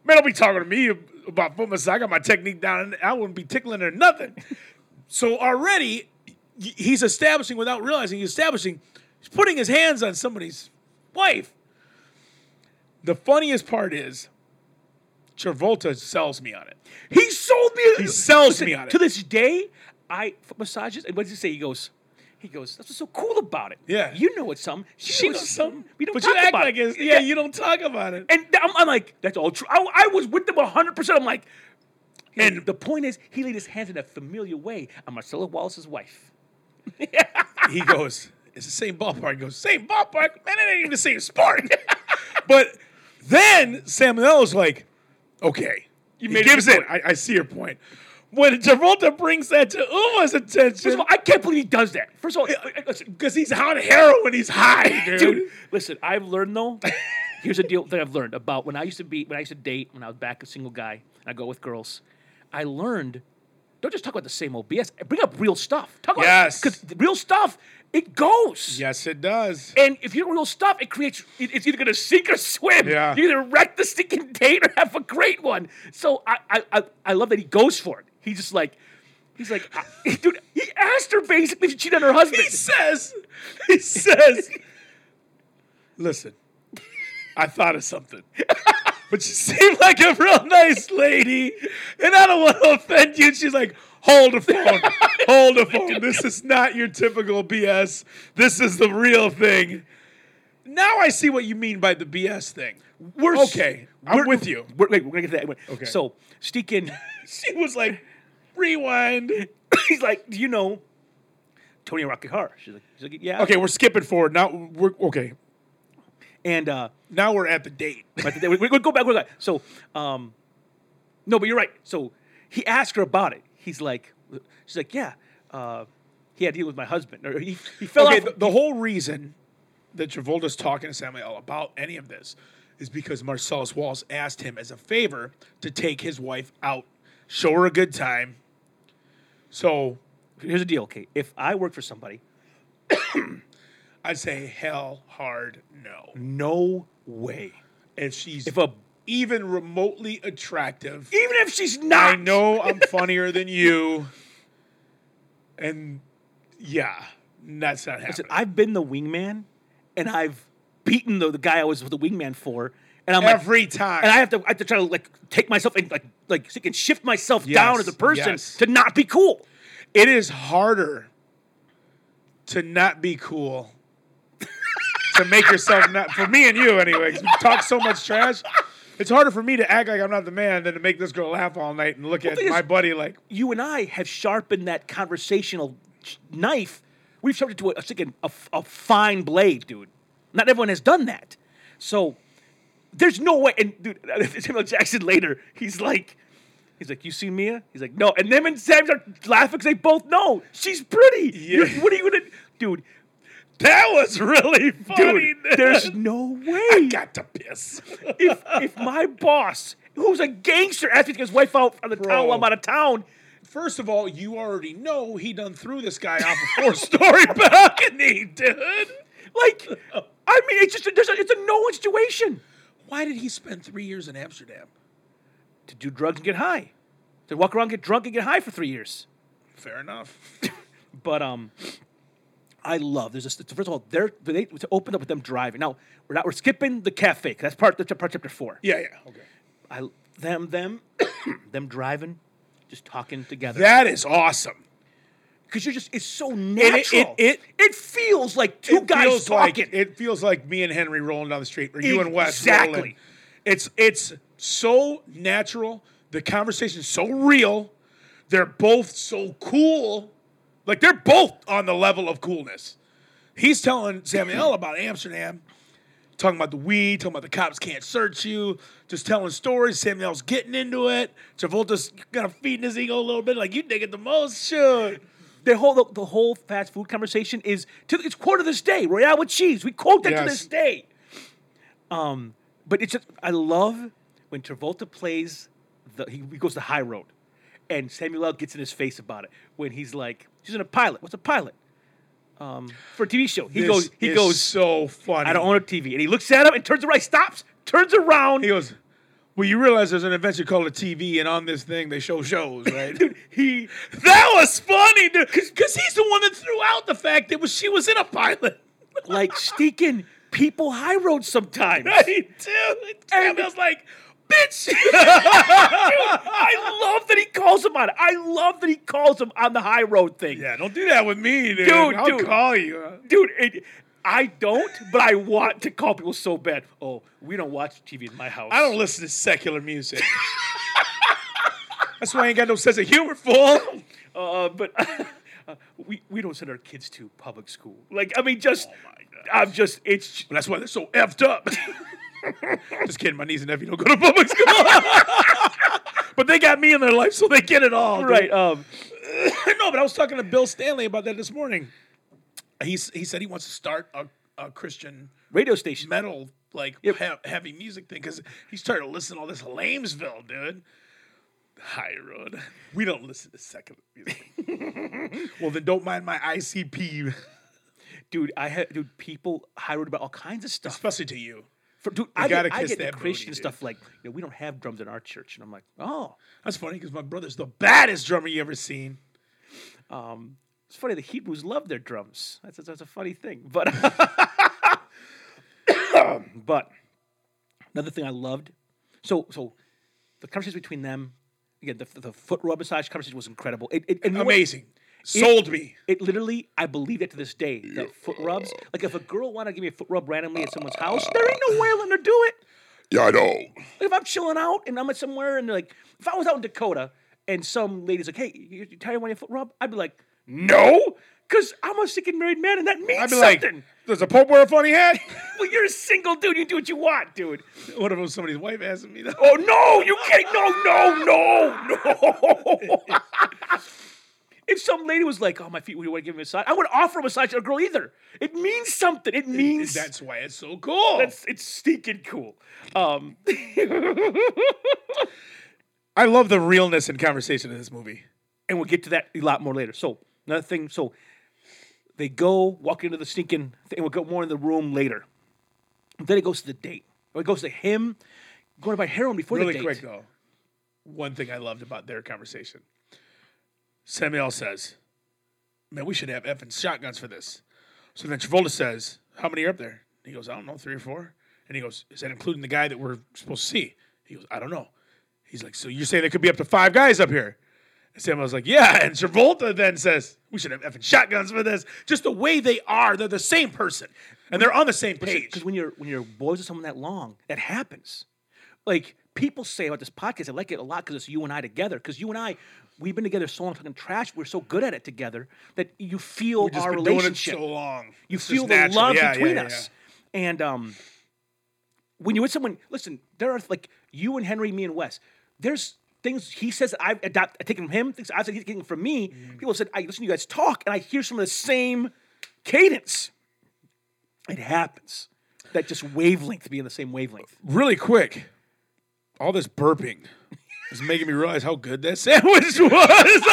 Speaker 3: man, don't be talking to me about foot massage. I got my technique down, and I wouldn't be tickling or nothing. so already, y- he's establishing without realizing he's establishing, he's putting his hands on somebody's wife. The funniest part is. Travolta sells me on it.
Speaker 1: he sold me.
Speaker 3: He sells me on it.
Speaker 1: To this day, I foot massages. And what does he say? He goes. He goes. That's what's so cool about it.
Speaker 3: Yeah.
Speaker 1: you know it's something. She,
Speaker 3: She
Speaker 1: knows
Speaker 3: knows
Speaker 1: something. We don't
Speaker 3: but
Speaker 1: talk
Speaker 3: you act
Speaker 1: about
Speaker 3: like
Speaker 1: it.
Speaker 3: it's yeah, you don't talk about it.
Speaker 1: And th- I'm, I'm like, that's all true. I, I was with them 100. percent I'm like, and the point is, he laid his hands in a familiar way on Marcella Wallace's wife.
Speaker 3: he goes, it's the same ballpark. He goes, same ballpark? Man, it ain't even the same sport. but then Samuel's like, okay. You
Speaker 1: made a
Speaker 3: gives
Speaker 1: good
Speaker 3: it. I, I see your point. When Travolta brings that to Uma's
Speaker 1: First of
Speaker 3: attention,
Speaker 1: all, I can't believe he does that. First of all, I- I- listen,
Speaker 3: because he's on heroin, he's high, dude.
Speaker 1: dude. Listen, I've learned though. Here's a deal that I've learned about when I used to be when I used to date when I was back a single guy and I go with girls. I learned don't just talk about the same old BS. Bring up real stuff. Talk about
Speaker 3: Yes.
Speaker 1: because real stuff it goes.
Speaker 3: Yes, it does.
Speaker 1: And if you don't real stuff, it creates. it- It's either gonna sink or swim.
Speaker 3: Yeah.
Speaker 1: You either wreck the stinking date or have a great one. So I, I, I, I love that he goes for it. He's just like, he's like, I- dude. He asked her basically to cheat on her husband.
Speaker 3: he says, he says, listen, I thought of something. But she seemed like a real nice lady, and I don't want to offend you. And she's like, hold the phone, hold the phone. This is not your typical BS. This is the real thing. Now I see what you mean by the BS thing.
Speaker 1: We're s-
Speaker 3: Okay, I'm
Speaker 1: we're-
Speaker 3: with you.
Speaker 1: We're, wait, we're gonna get to that. Okay.
Speaker 3: Okay.
Speaker 1: So Steakin,
Speaker 3: She was like, rewind.
Speaker 1: he's like, do you know Tony Rocky Horror? She's like, she's like, yeah.
Speaker 3: Okay, we're skipping forward. Now we're okay.
Speaker 1: And uh,
Speaker 3: Now we're at the date.
Speaker 1: but they- we, we go back. We go back. So, um, no, but you're right. So he asked her about it. He's like, she's like, yeah. Uh, he had to deal with my husband, or he, he fell
Speaker 3: okay,
Speaker 1: off.
Speaker 3: the, the whole reason that Travolta's talking to Samuel about any of this is because Marcellus Wallace asked him as a favor to take his wife out, show her a good time. So
Speaker 1: Here's the deal, okay? If I work for somebody,
Speaker 3: I'd say hell hard no.
Speaker 1: no way.
Speaker 3: If she's
Speaker 1: If a
Speaker 3: even remotely attractive,
Speaker 1: even if she's not,
Speaker 3: I know I'm funnier than you, and yeah, that's not happening.
Speaker 1: Listen, I've been the wingman, and I've beaten the, the guy I was the wingman for, and I'm like,
Speaker 3: Every time,
Speaker 1: and I have to I have to try to like take myself and like like so I can shift myself
Speaker 3: Yes,
Speaker 1: down as a person
Speaker 3: yes.
Speaker 1: to not be cool.
Speaker 3: it is harder to not be cool to make yourself not for me and you anyway 'cause we talk so much trash it's harder for me to act like i'm not the man than to make this girl laugh all night and look at
Speaker 1: thing is-
Speaker 3: my buddy like
Speaker 1: You and I have sharpened that conversational ch- knife. We've sharpened it to a, a, freaking- a, f- a fine blade, dude. Not everyone has done that. So there's no way. And dude, Samuel Jackson later, he's like, he's like, you see Mia? He's like, no. And them and Sam are laughing because they both know she's pretty. You're-
Speaker 3: Yeah.
Speaker 1: What are you gonna, dude?
Speaker 3: that was really funny
Speaker 1: Dude, there's no way.
Speaker 3: i got to piss
Speaker 1: if if my boss, who's a gangster, asked me to get his wife out on the town while I'm out of town,
Speaker 3: first of all you already know he done threw this guy off a four-story balcony dude
Speaker 1: like, I mean, it's just a, there's a, it's a no-win situation.
Speaker 3: why did he spend three years in amsterdam
Speaker 1: to do drugs and get high, to walk around, get drunk, and get high for three years.
Speaker 3: Fair enough.
Speaker 1: But um, I love there's just first of all they're they to open up with them driving. Now we're not we're skipping the cafe. 'cause That's part that's part chapter four.
Speaker 3: Yeah, yeah. Okay.
Speaker 1: I them them them driving, just talking together.
Speaker 3: That is awesome.
Speaker 1: Because you're just it's so
Speaker 3: it-
Speaker 1: natural.
Speaker 3: it-
Speaker 1: feels like two
Speaker 3: It
Speaker 1: guys
Speaker 3: feels like-
Speaker 1: talking.
Speaker 3: it feels like me and Henry rolling down the street, or you and Wes
Speaker 1: Exactly.
Speaker 3: rolling. It's it's so natural. The conversation's so real. They're both so cool. Like they're both on the level of coolness. He's telling Samuel about Amsterdam, talking about the weed, talking about the cops can't search you, just telling stories. Samuel's getting into it. Travolta's kind of feeding his ego a little bit, like you dig it the most, sure.
Speaker 1: the whole the, the whole fast food conversation is to it's core to this day. Royale with cheese. We quote that to
Speaker 3: Yes.
Speaker 1: this day. Um, but it's just I love when Travolta plays the he, he goes the high road, and Samuel L. gets in his face about it when he's like he's in a pilot. What's a pilot? Um, for a TV show. He
Speaker 3: This
Speaker 1: goes. He
Speaker 3: is
Speaker 1: goes.
Speaker 3: so funny.
Speaker 1: I don't own a TV, and he looks at him and turns around, stops, turns around.
Speaker 3: He goes, Well, you realize there's an adventure called a TV, and on this thing they show shows, right?
Speaker 1: Dude, he
Speaker 3: that was funny, dude. Because he's the one that threw out the fact that was, she was in a pilot.
Speaker 1: like sneaking people high road sometimes.
Speaker 3: Right, dude. And I was like, Bitch.
Speaker 1: I love that he calls him on it. I love that he calls him on the high road thing.
Speaker 3: yeah, don't do that with me, dude.
Speaker 1: Dude,
Speaker 3: I'll
Speaker 1: dude.
Speaker 3: call you.
Speaker 1: Dude, it, I don't, but I want to call people so bad. Oh, we don't watch TV in my house.
Speaker 3: I don't listen to secular music. That's why I ain't got no sense of humor, fool.
Speaker 1: Uh, but uh, we, we don't send our kids to public school. Like, I mean, just,
Speaker 3: Oh
Speaker 1: I'm just, it's,
Speaker 3: That's why they're so effed up. Just kidding. My niece and nephew don't go to public school. but they got me in their life, so they get it all. dude.
Speaker 1: right. Um,
Speaker 3: no, but I was talking to Bill Stanley about that this morning. He, s- he said he wants to start a, a Christian
Speaker 1: radio station.
Speaker 3: metal, like he- heavy music thing, because he started listening to all this Lamesville, dude. High road. We don't listen to secular music. well, then don't mind my ICP,
Speaker 1: Dude, I had, dude, people high road about all kinds of stuff.
Speaker 3: especially to you.
Speaker 1: For, dude, I
Speaker 3: gotta
Speaker 1: get, I
Speaker 3: kiss
Speaker 1: get the
Speaker 3: that booty,
Speaker 1: Christian
Speaker 3: dude.
Speaker 1: stuff like, you know, we don't have drums in our church. And I'm like, oh.
Speaker 3: That's funny because my brother's the baddest drummer you ever seen.
Speaker 1: It's funny the Hebrews love their drums. That's that's a funny thing. But but another thing I loved. So so the conversation between them again the the foot rub massage conversation was incredible. It, it and you know what?
Speaker 3: Amazing. Sold me.
Speaker 1: It literally I believe that to this day that foot rubs like if a girl wanted to give me a foot rub randomly at someone's house, there ain't no way I'll let her do it.
Speaker 4: Yeah, I know.
Speaker 1: Like if I'm chilling out and I'm at somewhere and they're like, if I was out in Dakota and some lady's like, hey, you, you tired of wanting a foot rub? I'd be like, no, because I'm a sick and married man and that means
Speaker 3: I'd be
Speaker 1: something.
Speaker 3: like, does a Pope wear a funny hat?
Speaker 1: well, you're a single dude. You do what you want, dude.
Speaker 3: what if it was somebody's wife asking me that?
Speaker 1: Oh no, you can't. No, no, no, no. if some lady was like, "Oh, my feet," would you want to give me a massage? I would offer a massage to a girl either. It means something. It means
Speaker 3: That's why it's so cool.
Speaker 1: that's it's stinking cool. Um,
Speaker 3: I love the realness and conversation in this movie.
Speaker 1: and we'll get to that a lot more later. So another thing, so they go walk into the stinking thing. We'll go more in the room later. Then it goes to the date. Or it goes to him going to buy heroin before
Speaker 3: Really
Speaker 1: the date.
Speaker 3: quick though, one thing I loved about their conversation. Samuel says, "Man, we should have effing shotguns for this." So then Travolta says, "How many are up there?" He goes, "I don't know, three or four. And he goes, "Is that including the guy that we're supposed to see?" He goes, "I don't know." He's like, "So you're saying there could be up to five guys up here?" And Samuel's like, "Yeah." And Travolta then says, "We should have effing shotguns for this." Just the way they are, they're the same person, and they're on the same page.
Speaker 1: Because when you're when you're boys with someone that long, that happens. Like people say about this podcast, I like it a lot because it's you and I together. Because you and I, we've been together so long talking trash, we're so good at it together that you feel
Speaker 3: Just
Speaker 1: our
Speaker 3: been
Speaker 1: relationship.
Speaker 3: doing it so long.
Speaker 1: you
Speaker 3: It's just
Speaker 1: feel the
Speaker 3: natural.
Speaker 1: love
Speaker 3: Yeah, yeah,
Speaker 1: between
Speaker 3: yeah.
Speaker 1: us. And um, when you're with someone, listen, there are like you and Henry, me and Wes. There's things he says that I've adopted, taken from him, things I've said he's taken from me.
Speaker 3: Mm.
Speaker 1: People have said I listen to you guys talk, and I hear some of the same cadence. It happens. That just wavelength be in the same wavelength.
Speaker 3: really quick, all this burping is making me realize how good that sandwich was. I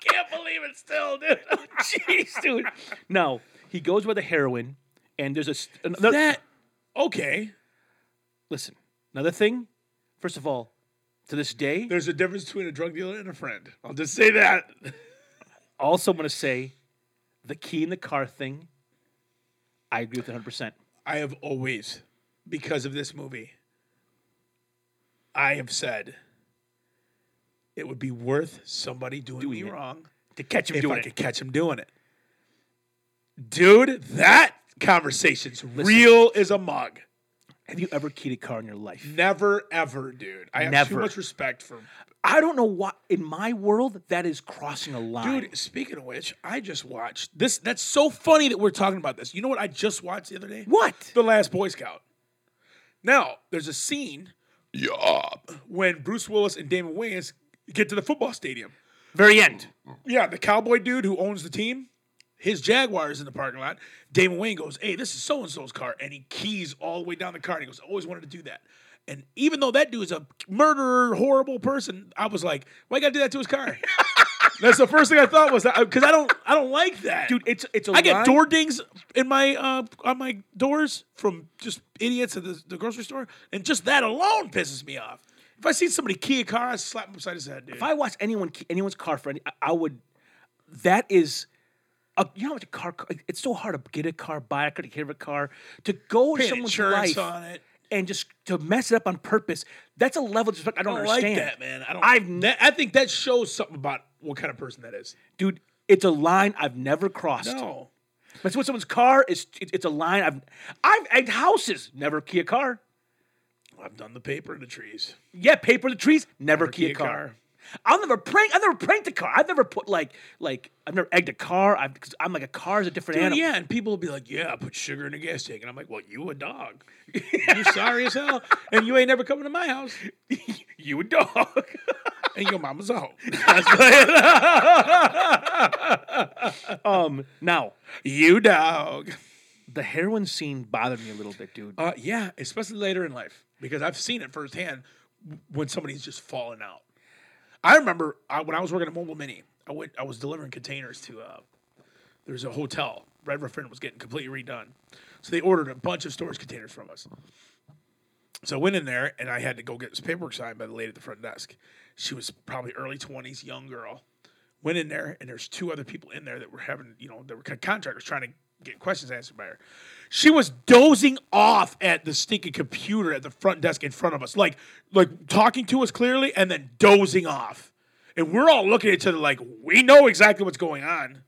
Speaker 3: can't believe it still, dude.
Speaker 1: Jeez, dude. No, he goes by the heroin, and there's a s- another.
Speaker 3: That okay.
Speaker 1: listen, another thing. First of all, to this day,
Speaker 3: There's a difference between a drug dealer and a friend. I'll just say that.
Speaker 1: also want to say the key in the car thing, I agree with 100%.
Speaker 3: I have always, because of this movie, I have said it would be worth somebody doing, me
Speaker 1: it.
Speaker 3: wrong
Speaker 1: To catch him
Speaker 3: if
Speaker 1: doing
Speaker 3: I
Speaker 1: it.
Speaker 3: could catch him doing it. Dude, that conversation's real as a mug.
Speaker 1: Have you ever keyed a car in your life?
Speaker 3: Never, ever, dude. I have too
Speaker 1: Never.
Speaker 3: much respect for.
Speaker 1: I don't know why. In my world, that is crossing a line.
Speaker 3: Dude, speaking of which, I just watched this. That's so funny that we're talking about this. You know what I just watched the other day?
Speaker 1: what?
Speaker 3: The Last Boy Scout. Now, there's a scene when Bruce Willis and Damon Wayans get to the football stadium.
Speaker 1: Very end.
Speaker 3: Yeah, the cowboy dude who owns the team, his Jaguar is in the parking lot. Damon Wayne goes, Hey, this is so and so's car. And he keys all the way down the car. And he goes, I always wanted to do that. And even though that dude is a murderer, horrible person, I was like, Why you gotta do that to his car? That's the first thing I thought was that because I don't I don't like that.
Speaker 1: Dude, it's it's a
Speaker 3: I get
Speaker 1: line-
Speaker 3: door dings in my uh, on my doors from just idiots at the, the grocery store, and just that alone pisses me off. If I see somebody key a car, I slap him upside his head, dude.
Speaker 1: If I watch anyone key- anyone's car for any, I, I would. That is, a, you know, how much a car. co- It's so hard to get a car, buy a car, to get a car, to go
Speaker 3: Paying
Speaker 1: to someone's
Speaker 3: insurance
Speaker 1: life
Speaker 3: on it.
Speaker 1: and just to mess it up on purpose. That's a level of disrespect I don't,
Speaker 3: I don't
Speaker 1: understand.
Speaker 3: like that, man. I don't.
Speaker 1: I've-
Speaker 3: that, I think that shows something about what kind of person that is.
Speaker 1: dude. It's a line I've never crossed.
Speaker 3: No,
Speaker 1: But it's with someone's car. It's it, it's a line I've I've egged houses. Never key a car.
Speaker 3: I've done the paper in the trees.
Speaker 1: Yeah, paper the trees. Never, key, a car. I'll never prank. I've never pranked a car. I've never put like like I've never egged a car. I've, 'cause I'm like a car is a different
Speaker 3: And
Speaker 1: animal.
Speaker 3: yeah, and people will be like, "Yeah, I put sugar in the gas tank," and I'm like, "Well, you a dog? you sorry as hell, and you ain't never coming to my house."
Speaker 1: you a dog.
Speaker 3: And your mama's a hoe.
Speaker 1: um, now
Speaker 3: you dog.
Speaker 1: the heroin scene bothered me a little bit, dude.
Speaker 3: Uh, yeah, especially later in life because I've seen it firsthand w- when somebody's just falling out. I remember I, when I was working at Mobile Mini, I went, I was delivering containers to. Uh, there was a hotel. Red River Inn was getting completely redone, so they ordered a bunch of storage containers from us. So I went in there and I had to go get this paperwork signed by the lady at the front desk. She was probably early twenties, young girl. Went in there and there's two other people in there that were having, you know, that were con- contractors trying to get questions answered by her. She was dozing off at the stinking computer at the front desk in front of us, like like talking to us clearly and then dozing off. And we're all looking at each other like we know exactly what's going on.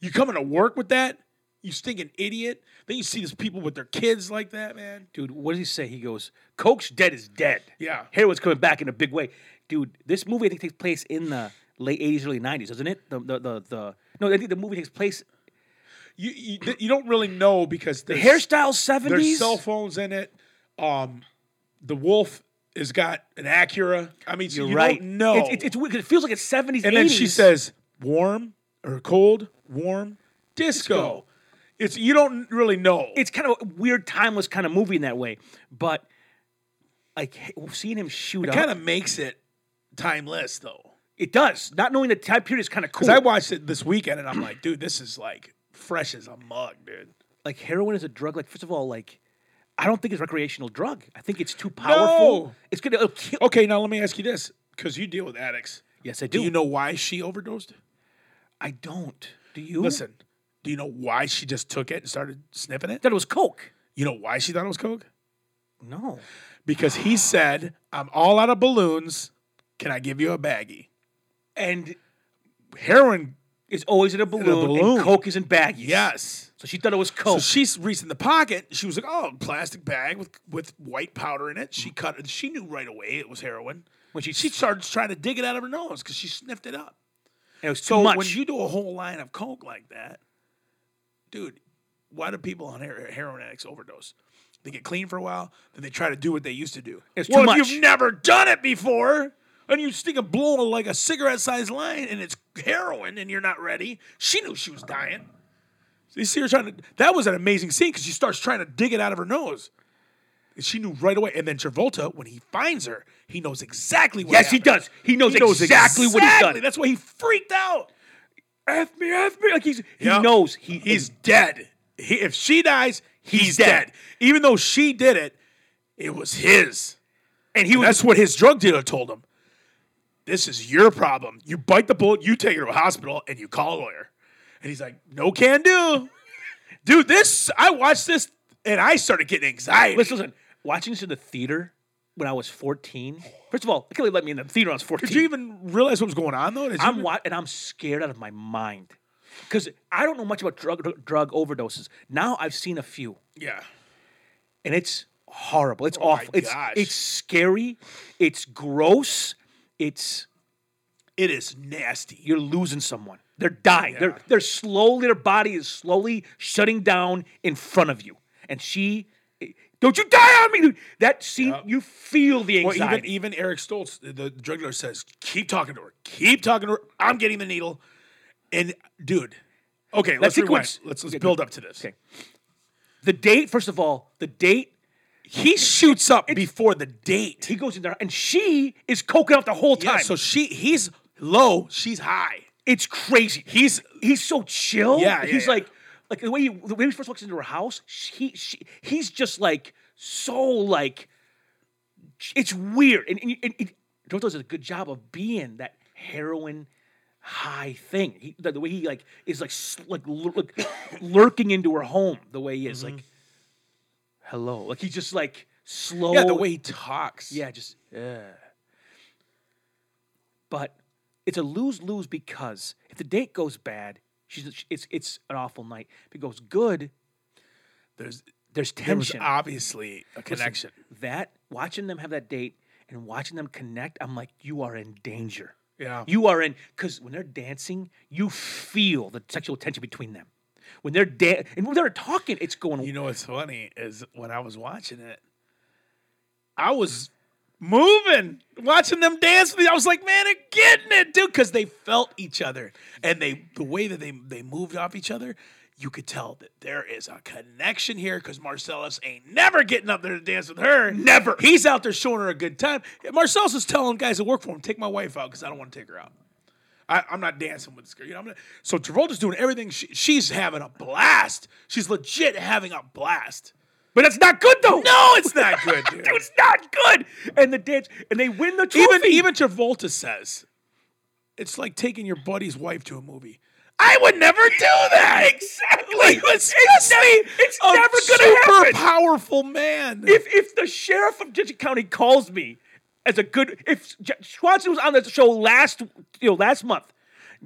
Speaker 3: You coming to work with that? You stinking idiot. Then you see these people with their kids like that, man.
Speaker 1: Dude, what does he say? He goes, "Coke's dead is dead."
Speaker 3: Yeah.
Speaker 1: heroin's coming back in a big way, dude. This movie I think takes place in the late '80s, early '90s, doesn't it? The the the, the no, I think the movie takes place
Speaker 3: you you, th- you don't really know because the
Speaker 1: hairstyle '70s.
Speaker 3: there's cell phones in it. Um, the wolf has got an Acura. I mean, so
Speaker 1: You're
Speaker 3: you
Speaker 1: right.
Speaker 3: don't know.
Speaker 1: It's- it's, it's weird 'cause it feels like it's 70s,
Speaker 3: and then she
Speaker 1: 80s.
Speaker 3: says warm or cold, warm disco. It's you don't really know.
Speaker 1: it's kind of a weird, timeless kind of movie in that way. But like h- seeing him shoot up,
Speaker 3: kind of makes it timeless though.
Speaker 1: it does. Not knowing the time period is kind of cool.
Speaker 3: Because I watched it this weekend and I'm like, dude, this is like fresh as a mug, dude.
Speaker 1: like heroin is a drug. Like first of all, like I don't think it's a recreational drug. I think it's too powerful.
Speaker 3: No. Oh,
Speaker 1: It's gonna it'll kill.
Speaker 3: Okay, now let me ask you this because you deal with addicts.
Speaker 1: Yes, I do.
Speaker 3: Do you know why she overdosed?
Speaker 1: I don't. Do you
Speaker 3: Listen, do you know why she just took it and started sniffing it?
Speaker 1: That it was coke.
Speaker 3: You know why she thought it was coke?
Speaker 1: No.
Speaker 3: Because he said, "I'm all out of balloons. Can I give you a baggie?"
Speaker 1: And
Speaker 3: Heroin,
Speaker 1: it's always in a balloon.
Speaker 3: balloon.
Speaker 1: And coke is in baggies.
Speaker 3: yes.
Speaker 1: So she thought it was coke.
Speaker 3: So she's reached in the pocket. She was like, "Oh, plastic bag with with white powder in it." She cut it. She knew right away it was heroin.
Speaker 1: when she,
Speaker 3: She started trying to dig it out of her nose because she sniffed it up.
Speaker 1: it was too
Speaker 3: So
Speaker 1: much.
Speaker 3: when you do a whole line of coke like that, dude, why do people on her- heroin addicts overdose? They get clean for a while, then they try to do what they used to do.
Speaker 1: It's
Speaker 3: well,
Speaker 1: too
Speaker 3: if
Speaker 1: much.
Speaker 3: you've never done it before, and you stick a blow like a cigarette-sized line, and it's heroin, and you're not ready. She knew she was dying. So you see her trying to. That was an amazing scene because she starts trying to dig it out of her nose. And she knew right away. And then Travolta, when he finds her, he knows exactly what.
Speaker 1: yes, he
Speaker 3: happened.
Speaker 1: does. He knows, exactly, what he's
Speaker 3: exactly.
Speaker 1: done.
Speaker 3: That's why he freaked out.
Speaker 1: F me, F me. Like he's, he
Speaker 3: Yep.
Speaker 1: knows he
Speaker 3: He's
Speaker 1: is
Speaker 3: dead. He, if she dies, he's,
Speaker 1: dead.
Speaker 3: dead. Even though she did it, it was his.
Speaker 1: And he was
Speaker 3: That's what his drug dealer told him. This is your problem. You bite the bullet, you take her to a hospital, and you call a lawyer. And he's like, no can do. Dude, this, I watched this and I started getting anxiety.
Speaker 1: listen, listen. Watching this in the theater when I was 14. First of all, they let me in the theater when I was 14.
Speaker 3: Did you even realize what was going on though? Did you
Speaker 1: I'm
Speaker 3: even-
Speaker 1: wa- and I'm scared out of my mind because I don't know much about drug dr- drug overdoses. Now I've seen a few,
Speaker 3: yeah.
Speaker 1: and it's horrible. It's
Speaker 3: Oh my
Speaker 1: awful. It's
Speaker 3: gosh.
Speaker 1: it's scary. It's gross. It's
Speaker 3: It is nasty.
Speaker 1: you're losing someone. They're dying. They're they're slowly. Their body is slowly shutting down in front of you, and she. Don't you die on me, dude. That scene, you feel the
Speaker 3: Well,
Speaker 1: anxiety.
Speaker 3: even even Eric Stoltz, the- the drug dealer, says, "Keep talking to her. Keep talking to her. I'm getting the needle." And dude, okay, let's
Speaker 1: think
Speaker 3: rewind.
Speaker 1: what's-
Speaker 3: Let's let's
Speaker 1: okay,
Speaker 3: build up to this.
Speaker 1: okay. the date, first of all, the date
Speaker 3: He shoots up before the date.
Speaker 1: he goes in there, and she is coking up the whole
Speaker 3: Yeah,
Speaker 1: time.
Speaker 3: so she he's low, she's high.
Speaker 1: It's crazy. He's he's so chill.
Speaker 3: Yeah, yeah,
Speaker 1: he's
Speaker 3: yeah.
Speaker 1: like like the way he, the way he first walks into her house. She, she he's just like so like it's weird and and, you- and, and Joe does a good job of being that heroin high thing. He, the, the way he like is like s- like, lur- like lurking into her home. The way he is like hello. Like he's just like slow.
Speaker 3: Mm-hmm. Yeah, the way he talks.
Speaker 1: Yeah, just But it's a lose lose because if the date goes bad, she's it's it's an awful night. If it goes good,
Speaker 3: there's
Speaker 1: there's
Speaker 3: there was
Speaker 1: tension.
Speaker 3: obviously a
Speaker 1: Listen,
Speaker 3: connection.
Speaker 1: That watching them have that date and watching them connect, I'm like, you are in danger.
Speaker 3: Yeah.
Speaker 1: You are in because when they're dancing, you feel the sexual tension between them. When they're da- and when they're talking, it's going.
Speaker 3: You know what's funny is when I was watching it, I was moving, watching them dance. I was like, man, they're getting it, dude, because they felt each other and they the way that they they moved off each other. You could tell that there is a connection here because Marcellus ain't never getting up there to dance with her. Never. He's out there showing her a good time. Marcellus is telling guys that work for him, take my wife out because I don't want to take her out. I, I'm not dancing with this girl. You know, I'm not, so Travolta's doing everything. She, she's having a blast. She's legit having a blast.
Speaker 1: but it's not good though.
Speaker 3: No, it's not good, dude.
Speaker 1: it's not good. And the dance, and they win the trophy.
Speaker 3: even even Travolta says it's like taking your buddy's wife to a movie. I would never do that. exactly. it's
Speaker 1: it's never gonna
Speaker 3: super
Speaker 1: happen.
Speaker 3: powerful man.
Speaker 1: if if the sheriff of Dixie County calls me as a good if J- Swanson was on the show last you know last month,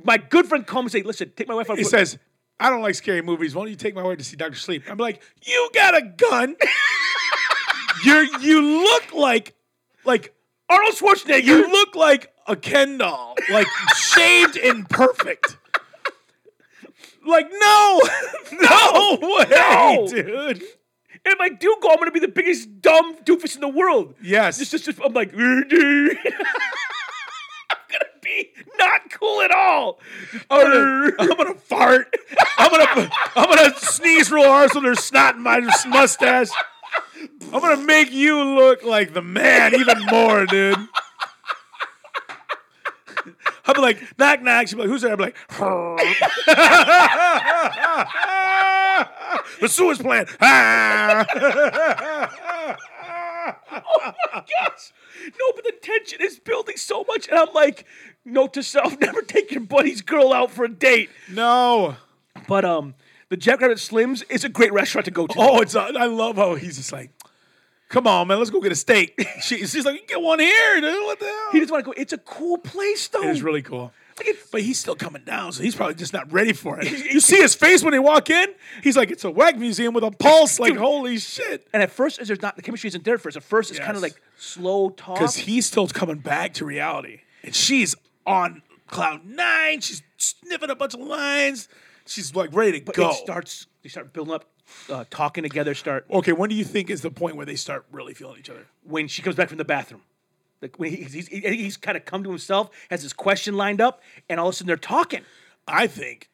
Speaker 1: my good friend comes and say, "Listen, take my wife out."
Speaker 3: he
Speaker 1: for-"
Speaker 3: says, "I don't like scary movies. Why don't you take my wife to see Doctor Sleep?" I'm like, "You got a gun. You're you look like like
Speaker 1: Arnold Schwarzenegger.
Speaker 3: you look like a Ken doll, like shaved and perfect." Like no, no way,
Speaker 1: No.
Speaker 3: dude.
Speaker 1: if I do go, I'm gonna be the biggest dumb doofus in the world.
Speaker 3: Yes.
Speaker 1: It's just, just I'm like, I'm gonna be not cool at all.
Speaker 3: I'm gonna, I'm gonna fart. I'm gonna I'm gonna sneeze real hard so there's snot in my mustache. I'm gonna make you look like the man even more, dude. I'll be like, knock knock. She'll be like, who's there? I'll be like, the sewage plant. Ah.
Speaker 1: gosh. No, but the tension is building so much, and I'm like, note to self, never take your buddy's girl out for a date.
Speaker 3: no.
Speaker 1: But um, the Jackrabbit Slims is a great restaurant to go to.
Speaker 3: Oh, it's I love how he's just like, come on, man, let's go get a steak. She, she's like, you can get one here, dude. What the hell?
Speaker 1: he just want to go. It's a cool place, though.
Speaker 3: It is really cool.
Speaker 1: Like, it's-
Speaker 3: But he's still coming down, so he's probably just not ready for it. You see his face when they walk in? He's like, it's a wag museum with a pulse. Like, holy shit.
Speaker 1: and at first, it's- there's not the chemistry isn't there. First, at first, it's kind of
Speaker 3: Yes.
Speaker 1: like slow talk.
Speaker 3: Because he's still coming back to reality. And she's on cloud nine. She's sniffing a bunch of lines. She's like ready to
Speaker 1: but
Speaker 3: go.
Speaker 1: it starts. They start building up, uh, talking together. Start
Speaker 3: okay, when do you think is the point where they start really feeling each other?
Speaker 1: when she comes back from the bathroom. Like when he, he's, he, he's kind of come to himself, has his question lined up, and all of a sudden they're talking.
Speaker 3: I think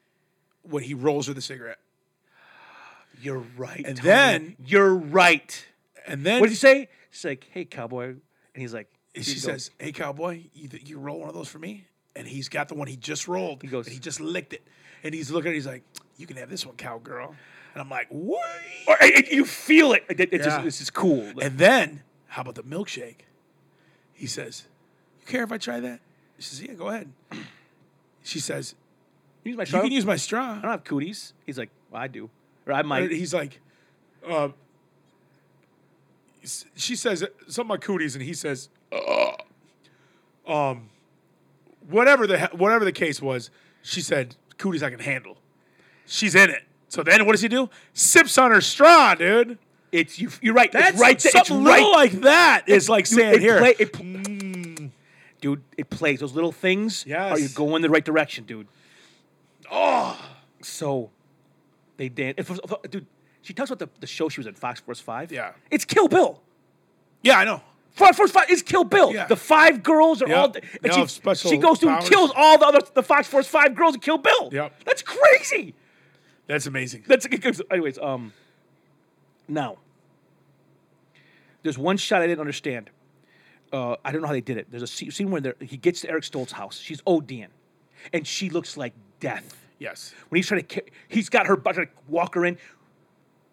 Speaker 3: when he rolls her the cigarette.
Speaker 1: You're right.
Speaker 3: And
Speaker 1: Tanya.
Speaker 3: then-
Speaker 1: you're right.
Speaker 3: And then
Speaker 1: What did he say? She's like, "Hey, cowboy," and he's like,
Speaker 3: she
Speaker 1: he goes,
Speaker 3: says, "Hey, cowboy, you, th- you roll one of those for me?" And he's got the one he just rolled. He
Speaker 1: goes-
Speaker 3: and he just licked it, and he's looking. at it, He's like, "You can have this one, cowgirl." And I'm like, "What?"
Speaker 1: or, and- and you feel it. It- it- it just-
Speaker 3: Yeah.
Speaker 1: this is cool.
Speaker 3: And then, how about the milkshake? He says, You care if I try that? She says, Yeah, go ahead. She says,
Speaker 1: Use my
Speaker 3: You
Speaker 1: straw.
Speaker 3: can use my
Speaker 1: I don't
Speaker 3: straw.
Speaker 1: have cooties. He's like, well, I do. Or I might.
Speaker 3: And he's like, uh, s- She says something about cooties, and he says, "Ugh." um, whatever the he- whatever the case was, she said, Cooties I can handle. She's in it. So then what does he do? Sips on her straw, dude.
Speaker 1: it's you, you're right.
Speaker 3: That's
Speaker 1: it's right. there. It's
Speaker 3: something
Speaker 1: right.
Speaker 3: little like that is like saying
Speaker 1: it
Speaker 3: here.
Speaker 1: play- it pl-
Speaker 3: "Mm,
Speaker 1: dude, it plays those little things.
Speaker 3: Yes.
Speaker 1: Are you going the right direction, dude?
Speaker 3: oh,
Speaker 1: So they dance. If, if- dude, she talks about the, the show she was in, Fox Force 5.
Speaker 3: Yeah.
Speaker 1: It's Kill Bill.
Speaker 3: yeah, I know.
Speaker 1: Fox Force 5 is Kill Bill.
Speaker 3: Yeah.
Speaker 1: The five girls are
Speaker 3: Yep.
Speaker 1: all. And
Speaker 3: They all
Speaker 1: she,
Speaker 3: have special
Speaker 1: she goes through
Speaker 3: powers.
Speaker 1: and kills all the other the Fox Force 5 girls and Kill Bill.
Speaker 3: Yep.
Speaker 1: That's crazy.
Speaker 3: That's amazing.
Speaker 1: That's anyways. Um, now there's one shot I didn't understand. Uh, I don't know how they did it. There's a se- scene where they're- he gets to Eric Stoltz's house. She's ODing, and she looks like death
Speaker 3: Yes.
Speaker 1: when he's trying to. Ki- he's got her butt to walk her in.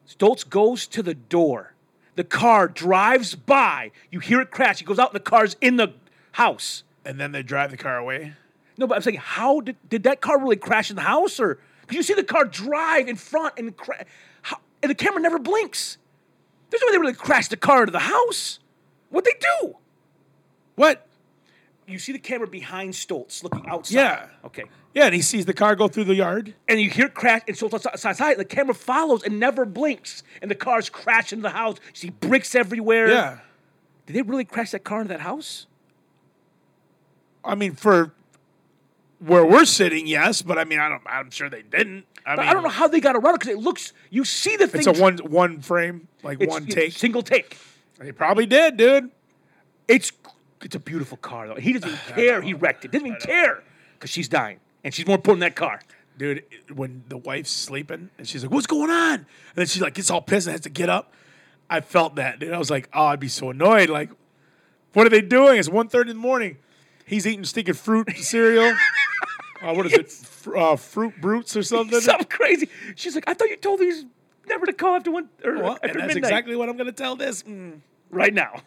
Speaker 1: Stoltz goes to the door. The car drives by. You hear it crash. He goes out, and the car's in the house.
Speaker 3: And then they drive the car away.
Speaker 1: No, but I'm saying, how did, did that car really crash in the house, or because you see the car drive in front and cra- how, and the camera never blinks? There's no way they really crashed the car into the house. What they do?
Speaker 3: What?
Speaker 1: You see the camera behind Stoltz looking outside.
Speaker 3: Yeah.
Speaker 1: Okay.
Speaker 3: Yeah, and he sees the car go through the yard.
Speaker 1: And you hear it crash, and Stoltz outside- outside. The camera follows and never blinks, and the cars crash into the house. You see bricks everywhere.
Speaker 3: Yeah.
Speaker 1: Did they really crash that car into that house?
Speaker 3: I mean, for where we're sitting, yes, but I mean, I don't. I'm sure they didn't. I
Speaker 1: But
Speaker 3: mean,
Speaker 1: I don't know how they got around it because it looks. You see the thing.
Speaker 3: It's a one one frame, like
Speaker 1: it's-
Speaker 3: one
Speaker 1: it's
Speaker 3: take.
Speaker 1: Single take.
Speaker 3: They probably did, dude.
Speaker 1: It's it's a beautiful car though. He doesn't even care he wrecked it. Doesn't even care because she's dying and she's more important than that car.
Speaker 3: Dude, when the wife's sleeping and she's like, "What's going on?" and then she like gets all pissed and has to get up. I felt that, dude. I was like, "Oh, I'd be so annoyed." Like, what are they doing? It's 1.30 in the morning. He's eating stinking fruit cereal. uh, what is it? Fr- uh, fruit brutes or something?
Speaker 1: Something crazy. She's like, I thought you told these never to call after one or
Speaker 3: Well,
Speaker 1: after
Speaker 3: and that's
Speaker 1: midnight.
Speaker 3: exactly what I'm going to tell this. Mm.
Speaker 1: right now.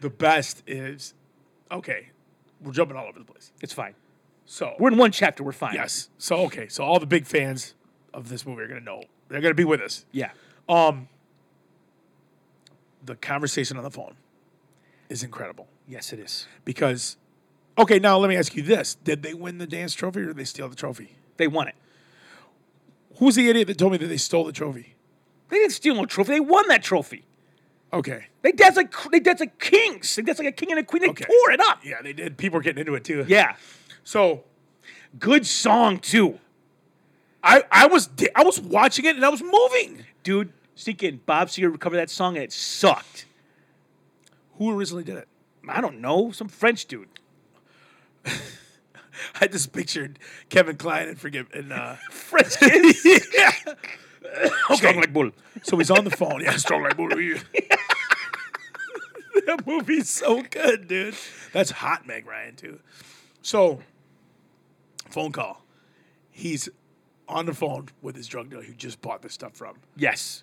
Speaker 3: The best is, okay, we're jumping all over the place.
Speaker 1: It's fine.
Speaker 3: So
Speaker 1: We're in one chapter. We're fine.
Speaker 3: yes, so okay, so all the big fans of this movie are going to know. They're going to be with us.
Speaker 1: Yeah.
Speaker 3: Um, the conversation on the phone is incredible
Speaker 1: Yes, it is.
Speaker 3: because, okay, now let me ask you this: Did they win the dance trophy or did they steal the trophy?
Speaker 1: They won it.
Speaker 3: Who's the idiot that told me that they stole the trophy?
Speaker 1: They didn't steal no trophy. They won that trophy.
Speaker 3: Okay,
Speaker 1: They danced like cr- they danced like kings. They danced like a king and a queen. They
Speaker 3: Okay.
Speaker 1: tore it up.
Speaker 3: yeah, they did. People were getting into it too.
Speaker 1: Yeah.
Speaker 3: So
Speaker 1: Good song too,
Speaker 3: I, I was, di- I was watching it and I was moving.
Speaker 1: dude. Seeking Bob Seger recovered that song and it sucked.
Speaker 3: Who originally did it?
Speaker 1: I don't know. Some French dude.
Speaker 3: I just pictured Kevin Klein and forgive and uh,
Speaker 1: French kid.
Speaker 3: yeah.
Speaker 1: Strong like bull.
Speaker 3: So he's on the phone. Yeah, strong like Buddha. that movie's so good, dude. That's hot, Meg Ryan too. So, phone call. He's on the phone with his drug dealer who just bought this stuff from.
Speaker 1: Yes.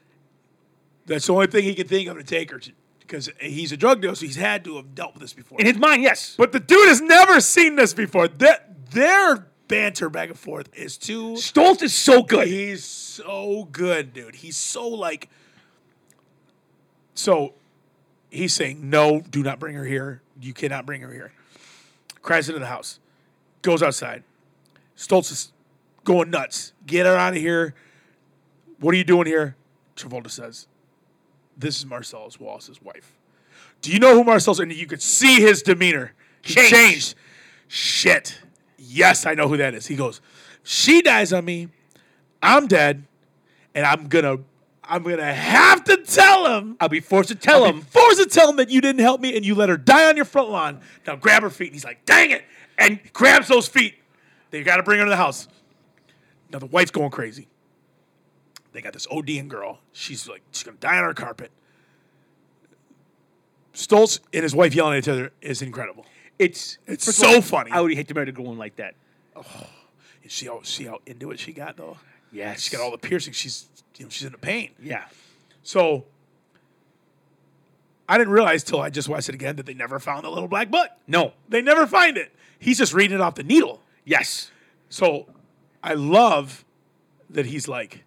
Speaker 3: That's the only thing he could think of to take her to because he's a drug dealer, so he's had to have dealt with this before.
Speaker 1: In his mind, yes.
Speaker 3: But the dude has never seen this before. That their banter back and forth is too
Speaker 1: Stoltz is so good.
Speaker 3: He's so good, dude. He's so like. So he's saying, no, do not bring her here. You cannot bring her here. Cries into the house, goes outside. Stoltz is going nuts. Get her out of here. What are you doing here? Travolta says, This is Marcellus Wallace's wife. Do you know who Marcellus And you could see his demeanor. He
Speaker 1: Changed.
Speaker 3: changed. Shit. Yes, I know who that is. He goes, She dies on me. I'm dead. And I'm gonna I'm gonna have to tell him.
Speaker 1: I'll be forced to tell
Speaker 3: I'm
Speaker 1: him.
Speaker 3: forced to tell him that you didn't help me and you let her die on your front lawn. Now grab her feet. And he's like, dang it. And he grabs those feet. They gotta bring her to the house. Now the wife's going crazy. They got this ODing girl. She's like, she's gonna die on our carpet. Stoltz and his wife yelling at each other is incredible.
Speaker 1: It's
Speaker 3: It's
Speaker 1: first of
Speaker 3: so
Speaker 1: all,
Speaker 3: funny.
Speaker 1: I would hate to marry a woman like that.
Speaker 3: And see how see how into it she got though.
Speaker 1: Yes.
Speaker 3: She got all the piercings. She's you know she's in the pain.
Speaker 1: Yeah.
Speaker 3: So I didn't realize till I just watched it again that they never found the little black butt.
Speaker 1: No.
Speaker 3: They never find it. He's just reading it off the needle.
Speaker 1: Yes.
Speaker 3: So I love that he's like,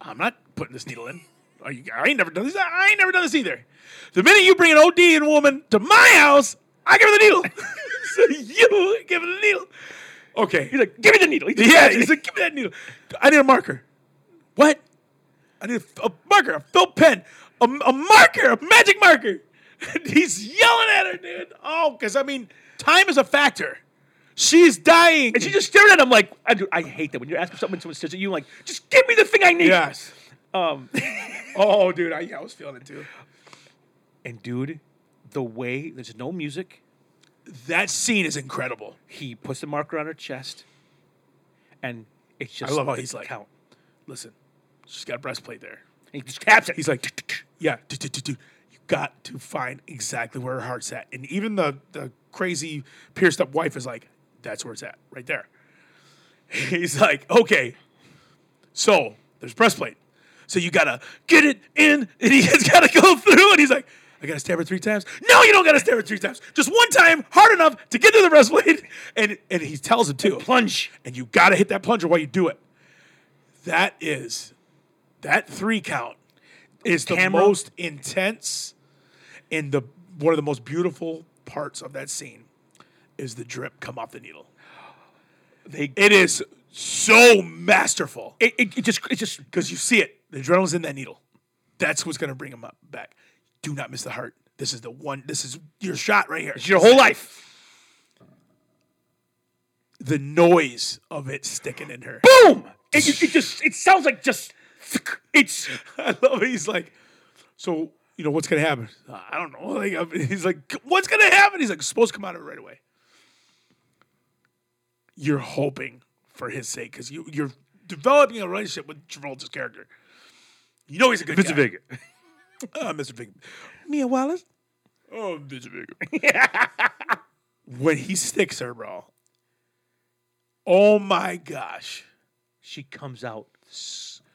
Speaker 3: I'm not putting this needle in. Are you, I ain't never done this. I ain't never done this either. The minute you bring an OD and woman to my house, I give her the needle. so you give her the needle. Okay.
Speaker 1: He's like, give me the needle. He just
Speaker 3: Yeah,
Speaker 1: grabs it.
Speaker 3: he's like, give me that needle. I need a marker. What? I need a, a marker, a felt pen, a, a marker, a magic marker. And he's yelling at her, dude. Oh, because I mean, time is a factor. She's dying.
Speaker 1: and she just stared at him like, I, dude, I hate that when you're asking someone, someone stares at you, like, just give me the thing I need.
Speaker 3: yes.
Speaker 1: Um,
Speaker 3: Oh, dude, I, yeah, I was feeling it too.
Speaker 1: and dude, the way there's no music,
Speaker 3: That scene is incredible.
Speaker 1: he puts the marker on her chest, and it's just
Speaker 3: love how
Speaker 1: the
Speaker 3: he's like-
Speaker 1: count.
Speaker 3: Listen, she's got a breastplate there.
Speaker 1: And he just taps it.
Speaker 3: He's like, "Tch-tch-tch." yeah, tch-tch-tch-tch. you got to find exactly where her heart's at. And even the the crazy pierced up wife is like, that's where it's at, right there. He's like, okay, so there's breastplate. So you gotta get it in, and he's gotta go through. And he's like, I gotta stab her three times. No, you don't gotta stab her three times. Just one time, hard enough to get to the breastplate. And and he tells him too,
Speaker 1: plunge.
Speaker 3: and you gotta hit that plunger while you do it. That is that three count is the
Speaker 1: Camera.
Speaker 3: most intense and the one of the most beautiful parts of that scene is the drip come off the needle.
Speaker 1: They,
Speaker 3: It is so masterful
Speaker 1: it, it, it just, it's just,
Speaker 3: because you see it. The adrenaline's in that needle. That's what's gonna bring him up back. Do not miss the heart. This is the one. This is your shot right here.
Speaker 1: it's your whole life.
Speaker 3: the noise of it sticking in her.
Speaker 1: Boom! It, it, it just, it sounds like just, it's,
Speaker 3: I love it. He's like, so you know what's gonna happen? I don't know. Like, I'm- he's like, what's gonna happen? He's like, it's supposed to come out of it right away. You're hoping for his sake because you you're developing a relationship with Travolta's character. You know he's a good guy. Ah, Mr. Big.
Speaker 1: Mia Wallace.
Speaker 3: Oh, Mr. Big. when he sticks her, bro. Oh my gosh.
Speaker 1: She comes out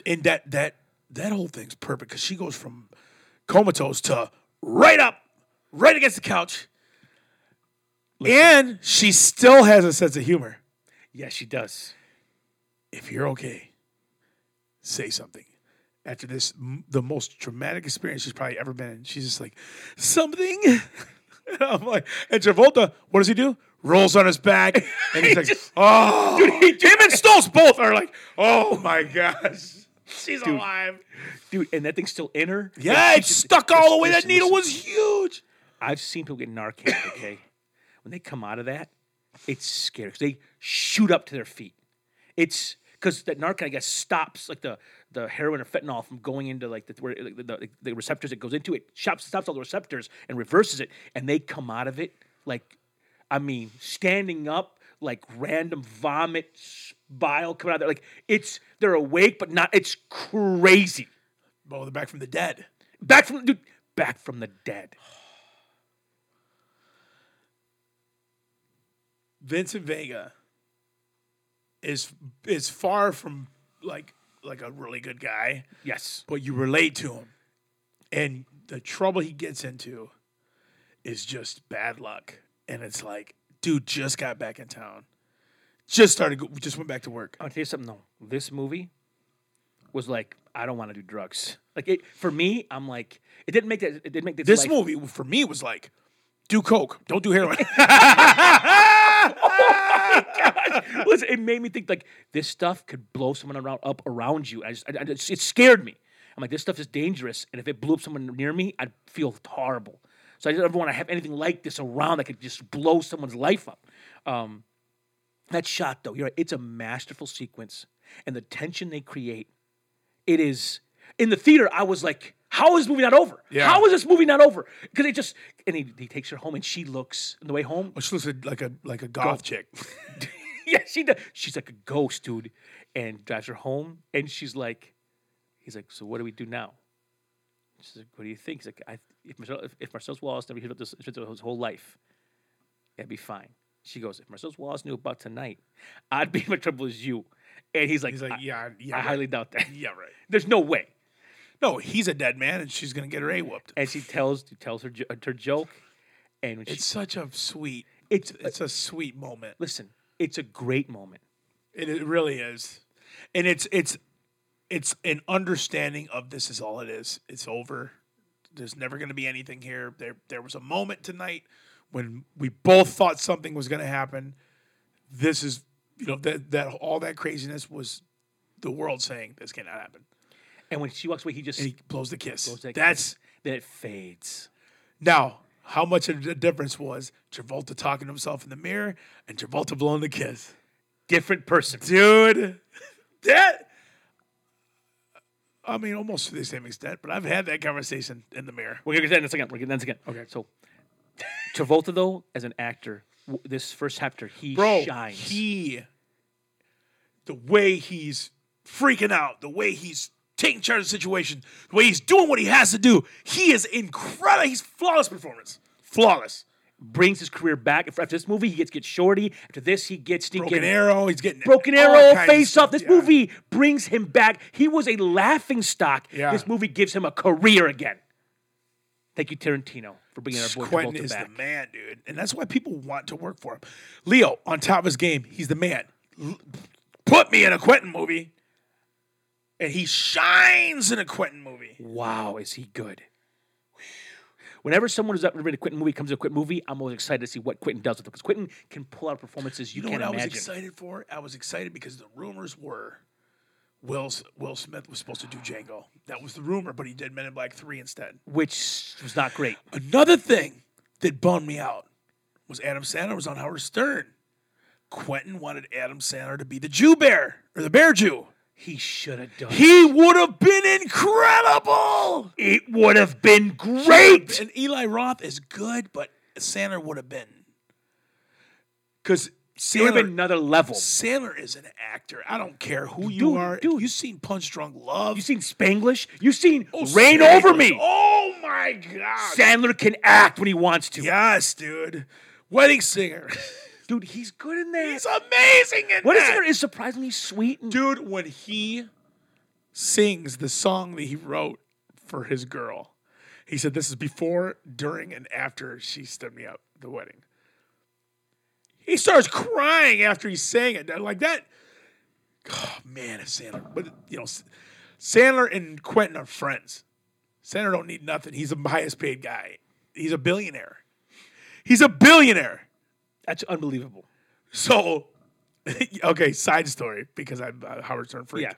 Speaker 3: and that that that whole thing's perfect because she goes from comatose to right up, right against the couch, and she still has a sense of humor.
Speaker 1: Yes, she does.
Speaker 3: If you're okay, say something. After this, m- the most traumatic experience she's probably ever been in, she's just like, something. and I'm like, and Travolta, what does he do? Rolls on his back, and he's like, oh, him and Stoltz both are like, oh my gosh, she's alive.
Speaker 1: Dude, and that thing's still in her.
Speaker 3: Yeah,
Speaker 1: she
Speaker 3: it's
Speaker 1: just-
Speaker 3: stuck all the way.
Speaker 1: listen,
Speaker 3: that needle
Speaker 1: listen.
Speaker 3: was huge.
Speaker 1: I've seen people get Narcan, okay? when they come out of that, it's scary. 'cause They shoot up to their feet. It's because that Narcan, I guess, stops like the, the heroin or fentanyl from going into like the, where, like, the, the, the receptors it goes into. It stops, stops all the receptors and reverses it. And they come out of it like, I mean, standing up, like random vomit, s- bile coming out of there. Like it's, they're awake, but not, it's crazy.
Speaker 3: Oh, they're back from the dead.
Speaker 1: Back from, dude, back from the dead.
Speaker 3: Vincent Vega is is far from like like a really good guy,
Speaker 1: Yes.
Speaker 3: but you relate to him, and the trouble he gets into is just bad luck. And it's like, dude, just got back in town, just started, go- just went back to work.
Speaker 1: I'll tell you something though. This movie was like, I don't want to do drugs. Like it for me, I'm like, it didn't make that. It didn't make this.
Speaker 3: This
Speaker 1: life-
Speaker 3: movie for me was like, do coke, don't do heroin.
Speaker 1: was it made me think like this stuff could blow someone around up around you. I just, I, I just- it scared me. I'm like, this stuff is dangerous, and if it blew up someone near me, I'd feel horrible. So I didn't ever want to have anything like this around that could just blow someone's life up. Um, that shot though, you're right, it's a masterful sequence, and the tension they create, it is in the theater. I was like, how is this movie not over?
Speaker 3: Yeah.
Speaker 1: How is this movie not over? Because it just and he, he takes her home, and she looks on the way home.
Speaker 3: Well, she looks like a like a goth chick.
Speaker 1: yeah, she does. She's like a ghost, dude, and drives her home. And she's like, he's like, so what do we do now? She's like, what do you think? He's like, I, if Marcel, if, if Marcel's Wallace never heard about this heard about his whole life, that'd be fine. She goes, if Marcel's Wallace knew about tonight, I'd be in much trouble as you. And he's like,
Speaker 3: He's like,
Speaker 1: I,
Speaker 3: yeah, yeah,
Speaker 1: I
Speaker 3: right.
Speaker 1: highly doubt that.
Speaker 3: yeah, right.
Speaker 1: There's no way.
Speaker 3: No, he's a dead man, and she's gonna get her a whooped.
Speaker 1: and she tells tells her jo- uh, her joke, and when she,
Speaker 3: It's such a sweet.
Speaker 1: It's-
Speaker 3: It's it's a sweet moment.
Speaker 1: listen, it's a great moment.
Speaker 3: It, it really is, and it's it's it's an understanding of this is all it is. It's over. There's never going to be anything here. There there was a moment tonight when we both thought something was going to happen. This is you know that that all that craziness was the world saying this cannot happen.
Speaker 1: And when she walks away, he just
Speaker 3: And he blows the kiss.
Speaker 1: that kiss.
Speaker 3: That's
Speaker 1: then it fades.
Speaker 3: now how much of the difference was Travolta talking to himself in the mirror and Travolta blowing the kiss.
Speaker 1: Different person.
Speaker 3: dude. That I mean, almost to the same extent, but I've had that conversation in the mirror.
Speaker 1: We're gonna get that in a second. We're gonna get that in a second.
Speaker 3: Okay.
Speaker 1: So Travolta though, as an actor, w- this first chapter he shines.
Speaker 3: he the way he's freaking out, the way he's taking charge of the situation, the way he's doing what he has to do, he is incredible. He's flawless performance, flawless.
Speaker 1: brings his career back. After this movie, he gets get shorty. After this, he gets sneaking.
Speaker 3: Broken Arrow, he's getting
Speaker 1: Broken
Speaker 3: all
Speaker 1: Arrow,
Speaker 3: kinds of
Speaker 1: Face
Speaker 3: stuff,
Speaker 1: Off. This
Speaker 3: yeah.
Speaker 1: movie brings him back. He was a laughing stock.
Speaker 3: Yeah.
Speaker 1: This movie gives him a career again. Thank you, Tarantino, for bringing our boy
Speaker 3: Quentin
Speaker 1: Travolta
Speaker 3: is
Speaker 1: back.
Speaker 3: the man, dude, and that's why people want to work for him. Leo, on top of his game, he's the man. L- Put me in a Quentin movie, and he shines in a Quentin movie.
Speaker 1: Wow, is he good? Whenever someone is up in a Quentin movie, comes to a Quentin movie, I'm always excited to see what Quentin does with it because Quentin can pull out performances you,
Speaker 3: You know
Speaker 1: can't
Speaker 3: what I was
Speaker 1: imagine.
Speaker 3: excited for? I was excited because the rumors were Will S- Will Smith was supposed to do Django. That was the rumor, but he did Men in Black Three instead.
Speaker 1: Which was not great.
Speaker 3: Another thing that bummed me out was Adam Sandler was on Howard Stern. Quentin wanted Adam Sandler to be the Jew Bear or the Bear Jew.
Speaker 1: He should have done.
Speaker 3: He would have been incredible.
Speaker 1: it would have been great.
Speaker 3: And Eli Roth is good, but Sandler would have been. Because
Speaker 1: It would
Speaker 3: Sandler,
Speaker 1: have been another level.
Speaker 3: Sandler is an actor. I don't care who you
Speaker 1: Dude,
Speaker 3: are.
Speaker 1: dude.
Speaker 3: You've seen Punch Drunk Love.
Speaker 1: You've seen Spanglish. You've seen
Speaker 3: Oh,
Speaker 1: Rain
Speaker 3: Sandler.
Speaker 1: Over Me.
Speaker 3: Oh my God.
Speaker 1: Sandler can act when he wants to.
Speaker 3: yes, dude. Wedding Singer.
Speaker 1: Dude, he's good in that.
Speaker 3: He's amazing in
Speaker 1: What is
Speaker 3: that.
Speaker 1: there is surprisingly sweet and
Speaker 3: dude when he sings the song that he wrote for his girl he said this is before during and after she stood me up at the wedding he starts crying after he sang it That- like that oh man if sandler but you know S- sandler and quentin are friends sandler don't need nothing he's the highest paid guy he's a billionaire he's a billionaire
Speaker 1: that's unbelievable.
Speaker 3: so, okay, side story because I'm a Howard Stern freak.
Speaker 1: Yeah.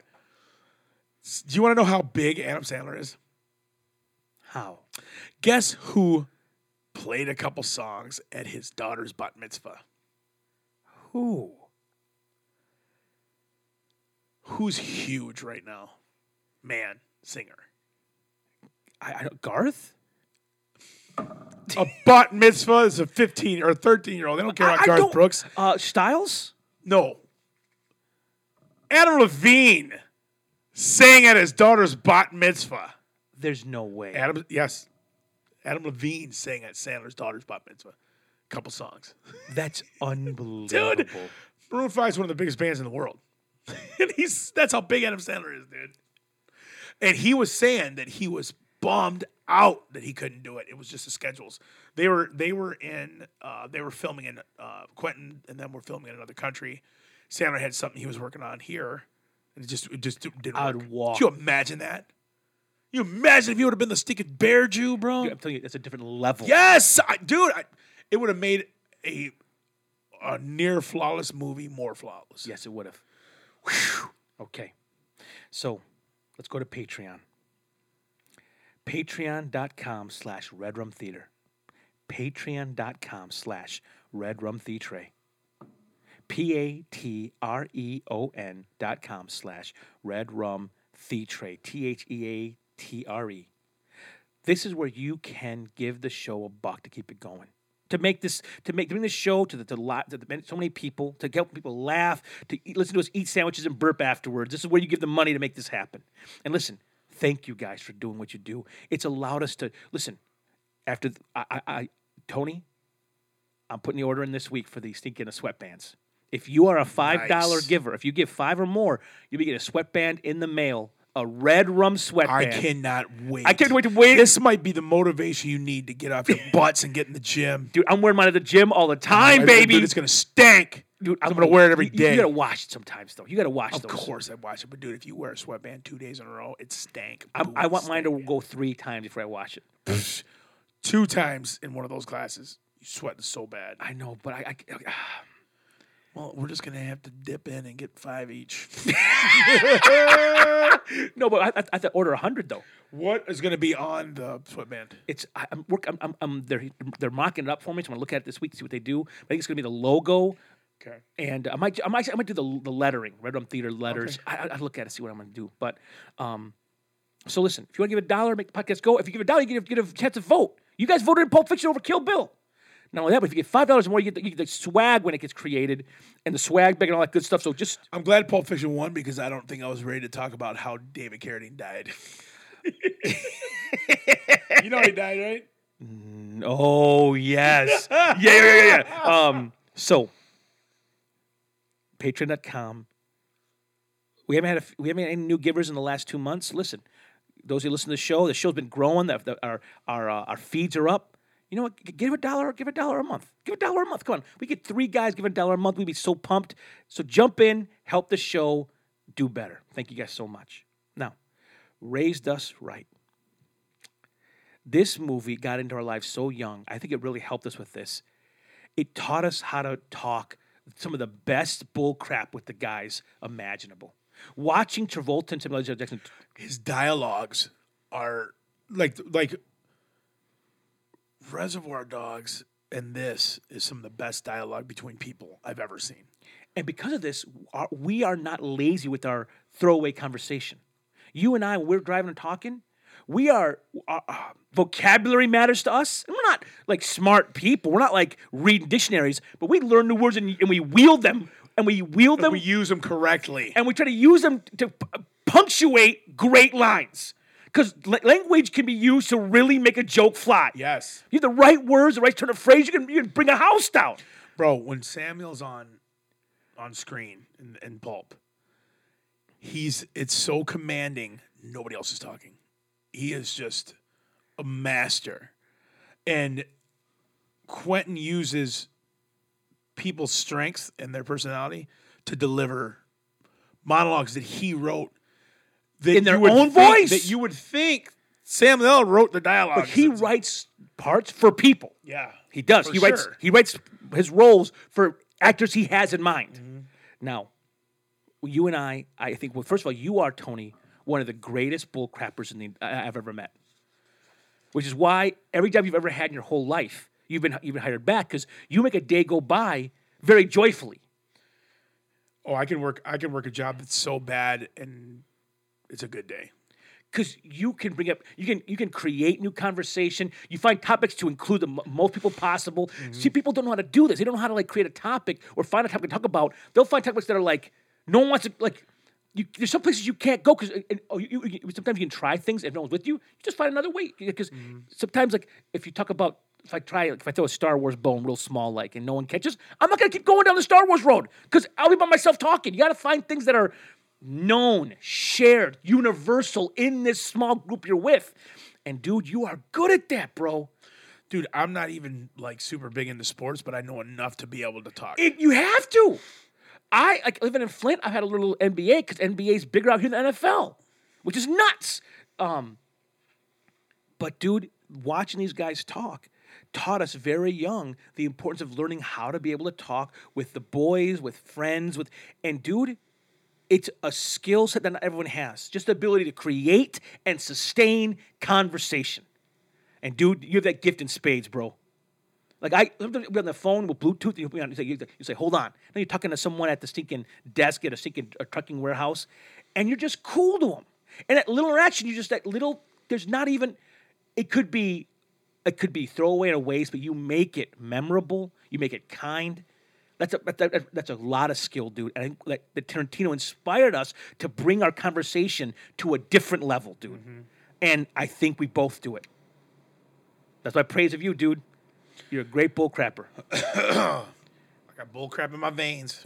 Speaker 3: S- Do you want to know how big Adam Sandler is?
Speaker 1: How?
Speaker 3: Guess who played a couple songs at his daughter's bat mitzvah?
Speaker 1: Who?
Speaker 3: Who's huge right now? Man, singer.
Speaker 1: I, I don't, Garth?
Speaker 3: A bat mitzvah is a 15 or 13 year old. They don't care about
Speaker 1: I- I
Speaker 3: Garth
Speaker 1: don't-
Speaker 3: Brooks.
Speaker 1: Uh, Styles?
Speaker 3: No. Adam Levine sang at his daughter's bat mitzvah.
Speaker 1: There's no way.
Speaker 3: Adam, yes, Adam Levine sang at Sandler's daughter's bat mitzvah, a couple songs.
Speaker 1: That's unbelievable.
Speaker 3: Maroon Five is one of the biggest bands in the world, and he's that's how big Adam Sandler is, dude. And he was saying that he was bummed out that he couldn't do it. It was just the schedules. They were they were in uh, they were filming in uh, Quentin, and then we're filming in another country. Sandler had something he was working on here, and it just it just didn't.
Speaker 1: I'd
Speaker 3: work.
Speaker 1: walk.
Speaker 3: Could you imagine that? You imagine if you would have been the stinking bear Jew, bro.
Speaker 1: Dude, I'm telling you, that's a different level.
Speaker 3: Yes, I, dude, I, it would have made a a near flawless movie more flawless.
Speaker 1: Yes, it would have. Okay. So let's go to Patreon. Patreon.com slash Red Rum Theater. Patreon.com slash Red Rum Theatre. P A T R E O N dot com slash Red Rum Theatre. T H E A T R E. This is where you can give the show a buck to keep it going. To make this, to make bring this show to the to, lot to the, so many people, to help people laugh, to eat, listen to us eat sandwiches and burp afterwards. This is where you give the money to make this happen. And listen, thank you guys for doing what you do. It's allowed us to listen. After th- I, I, I Tony, I'm putting the order in this week for the stinking of sweatbands. If you are a five dollar
Speaker 3: Nice.
Speaker 1: giver, if you give five or more, you'll be getting a sweatband in the mail a red rum sweatband.
Speaker 3: I cannot wait.
Speaker 1: I can't wait to wait.
Speaker 3: This might be the motivation you need to get off your butts and get in the gym.
Speaker 1: dude, I'm wearing mine at the gym all the time,
Speaker 3: Dude,
Speaker 1: baby.
Speaker 3: Dude, it's gonna stank.
Speaker 1: Dude,
Speaker 3: I'm gonna wear it every
Speaker 1: you,
Speaker 3: day.
Speaker 1: You gotta wash it sometimes, though. You gotta wash
Speaker 3: Of
Speaker 1: those.
Speaker 3: course, I watch it. But dude, if you wear a sweatband two days in a row, it stank.
Speaker 1: I,
Speaker 3: Boo,
Speaker 1: I
Speaker 3: it
Speaker 1: want mine to
Speaker 3: stank.
Speaker 1: go three times before I wash it.
Speaker 3: two times in one of those classes. You sweating so bad.
Speaker 1: I know, but I, I
Speaker 3: Well, we're just gonna have to dip in and get five each.
Speaker 1: no, but I, I, I have to order hundred though.
Speaker 3: what is gonna be on the sweatband?
Speaker 1: It's I, I'm work. I'm, I'm, I'm they're they're mocking it up for me, so I'm gonna look at it this week to see what they do. I think it's gonna be the logo,
Speaker 3: Okay.
Speaker 1: and I might I might I might do the the lettering, Red Rum Theater letters. I, I I'll look at it, see what I'm gonna do. But um, so listen, if you want to give a dollar, make the podcast go. If you give a dollar, you get a, get a chance to vote. You guys voted in Pulp Fiction over Kill Bill. Not only that, but if you get five dollars more, you get, the, you get the swag when it gets created, and the swag bag and all that good stuff. So just
Speaker 3: I'm glad Pulp Fiction won because I don't think I was ready to talk about how David Carradine died. you know he died, right?
Speaker 1: Oh yes. yeah, yeah, yeah, yeah, yeah. Um, so patreon.com. We haven't had a, f- we haven't had any new givers in the last two months. Listen, those who listen to the show, the show's been growing. The, the- our our uh, our feeds are up. You know what? G- Give a dollar. Give a dollar a month. Give a dollar a month. Come on, we get three guys give a dollar a month. We'd be so pumped. So jump in, help the show do better. Thank you guys so much. Now, raised us right this movie got into our lives so young. I think it really helped us with this. It taught us how to talk some of the best bull crap with the guys imaginable. Watching Travolta and Samuel L. Jackson,
Speaker 3: His dialogues are like like Reservoir Dogs and this is some of the best dialogue between people I've ever seen.
Speaker 1: and because of this, are, we are not lazy with our throwaway conversation. You and I, when we're driving and talking, we are our, our vocabulary matters to us. And we're not like smart people. We're not like reading dictionaries, but we learn new words and, and we wield them. And we wield them
Speaker 3: We use them correctly.
Speaker 1: and we try to use them to p- uh, punctuate great lines because language can be used to really make a joke fly.
Speaker 3: Yes.
Speaker 1: you have the right words, the right turn of phrase. You can you can bring a house down.
Speaker 3: bro when samuel's on on screen in, in pulp he's it's so commanding nobody else is talking he is just a master and quentin uses people's strengths and their personality to deliver monologues that he wrote that
Speaker 1: In their
Speaker 3: you would
Speaker 1: own
Speaker 3: think-
Speaker 1: voice.
Speaker 3: that you would think samuel wrote the dialogue
Speaker 1: But he writes parts for people.
Speaker 3: yeah
Speaker 1: He does.
Speaker 3: For
Speaker 1: he writes.
Speaker 3: sure.
Speaker 1: He writes his roles for actors he has in mind.
Speaker 3: Mm-hmm.
Speaker 1: Now, you and I, I think. Well, first of all, you are Tony, one of the greatest bull crappers in the I- I've ever met. Which is why every job you've ever had in your whole life, you've been you've been hired back because you make a day go by very joyfully.
Speaker 3: oh i can work i can work a job that's so bad and it's a good day
Speaker 1: because you can bring up you can you can create new conversation you find topics to include the m- most people possible see people don't know how to do this they don't know how to like create a topic or find a topic to talk about they'll find topics that are like no one wants to like you, there's some places you can't go because oh, you, you, you- sometimes you can try things if no one's with you you just find another way because sometimes like if you talk about if I try, like, if I throw a Star Wars bone real small, like, and no one catches, I'm not gonna keep going down the Star Wars road because I'll be by myself talking. You gotta find things that are known, shared, universal in this small group you're with. And dude, you are good at that, bro.
Speaker 3: dude i'm not even like super big into sports but i know enough to be able to talk
Speaker 1: It, you have to. I like living in Flint. I've had a little NBA because NBA is bigger out here than the NFL, which is nuts. Um, but dude, watching these guys talk taught us very young the importance of learning how to be able to talk with the boys, with friends, with and dude, it's a skill set that not everyone has. Just the ability to create and sustain conversation. And dude, you have that gift in spades, bro. Like I sometimes we'll be on the phone with Bluetooth, and you'll be on, you, say, you say, "Hold on," now you're talking to someone at the stinking desk at a stinking uh trucking warehouse, and you're just cool to them. And that little interaction, you just that little. There's not even. It could be, it could be throwaway in a waste, but you make it memorable. You make it kind. That's a that, that- that's a lot of skill, dude. And I think that, that Tarantino inspired us to bring our conversation to a different level, dude. And I think we both do it. That's my praise of you, dude. You're a great bull crapper.
Speaker 3: i got bull crap in my veins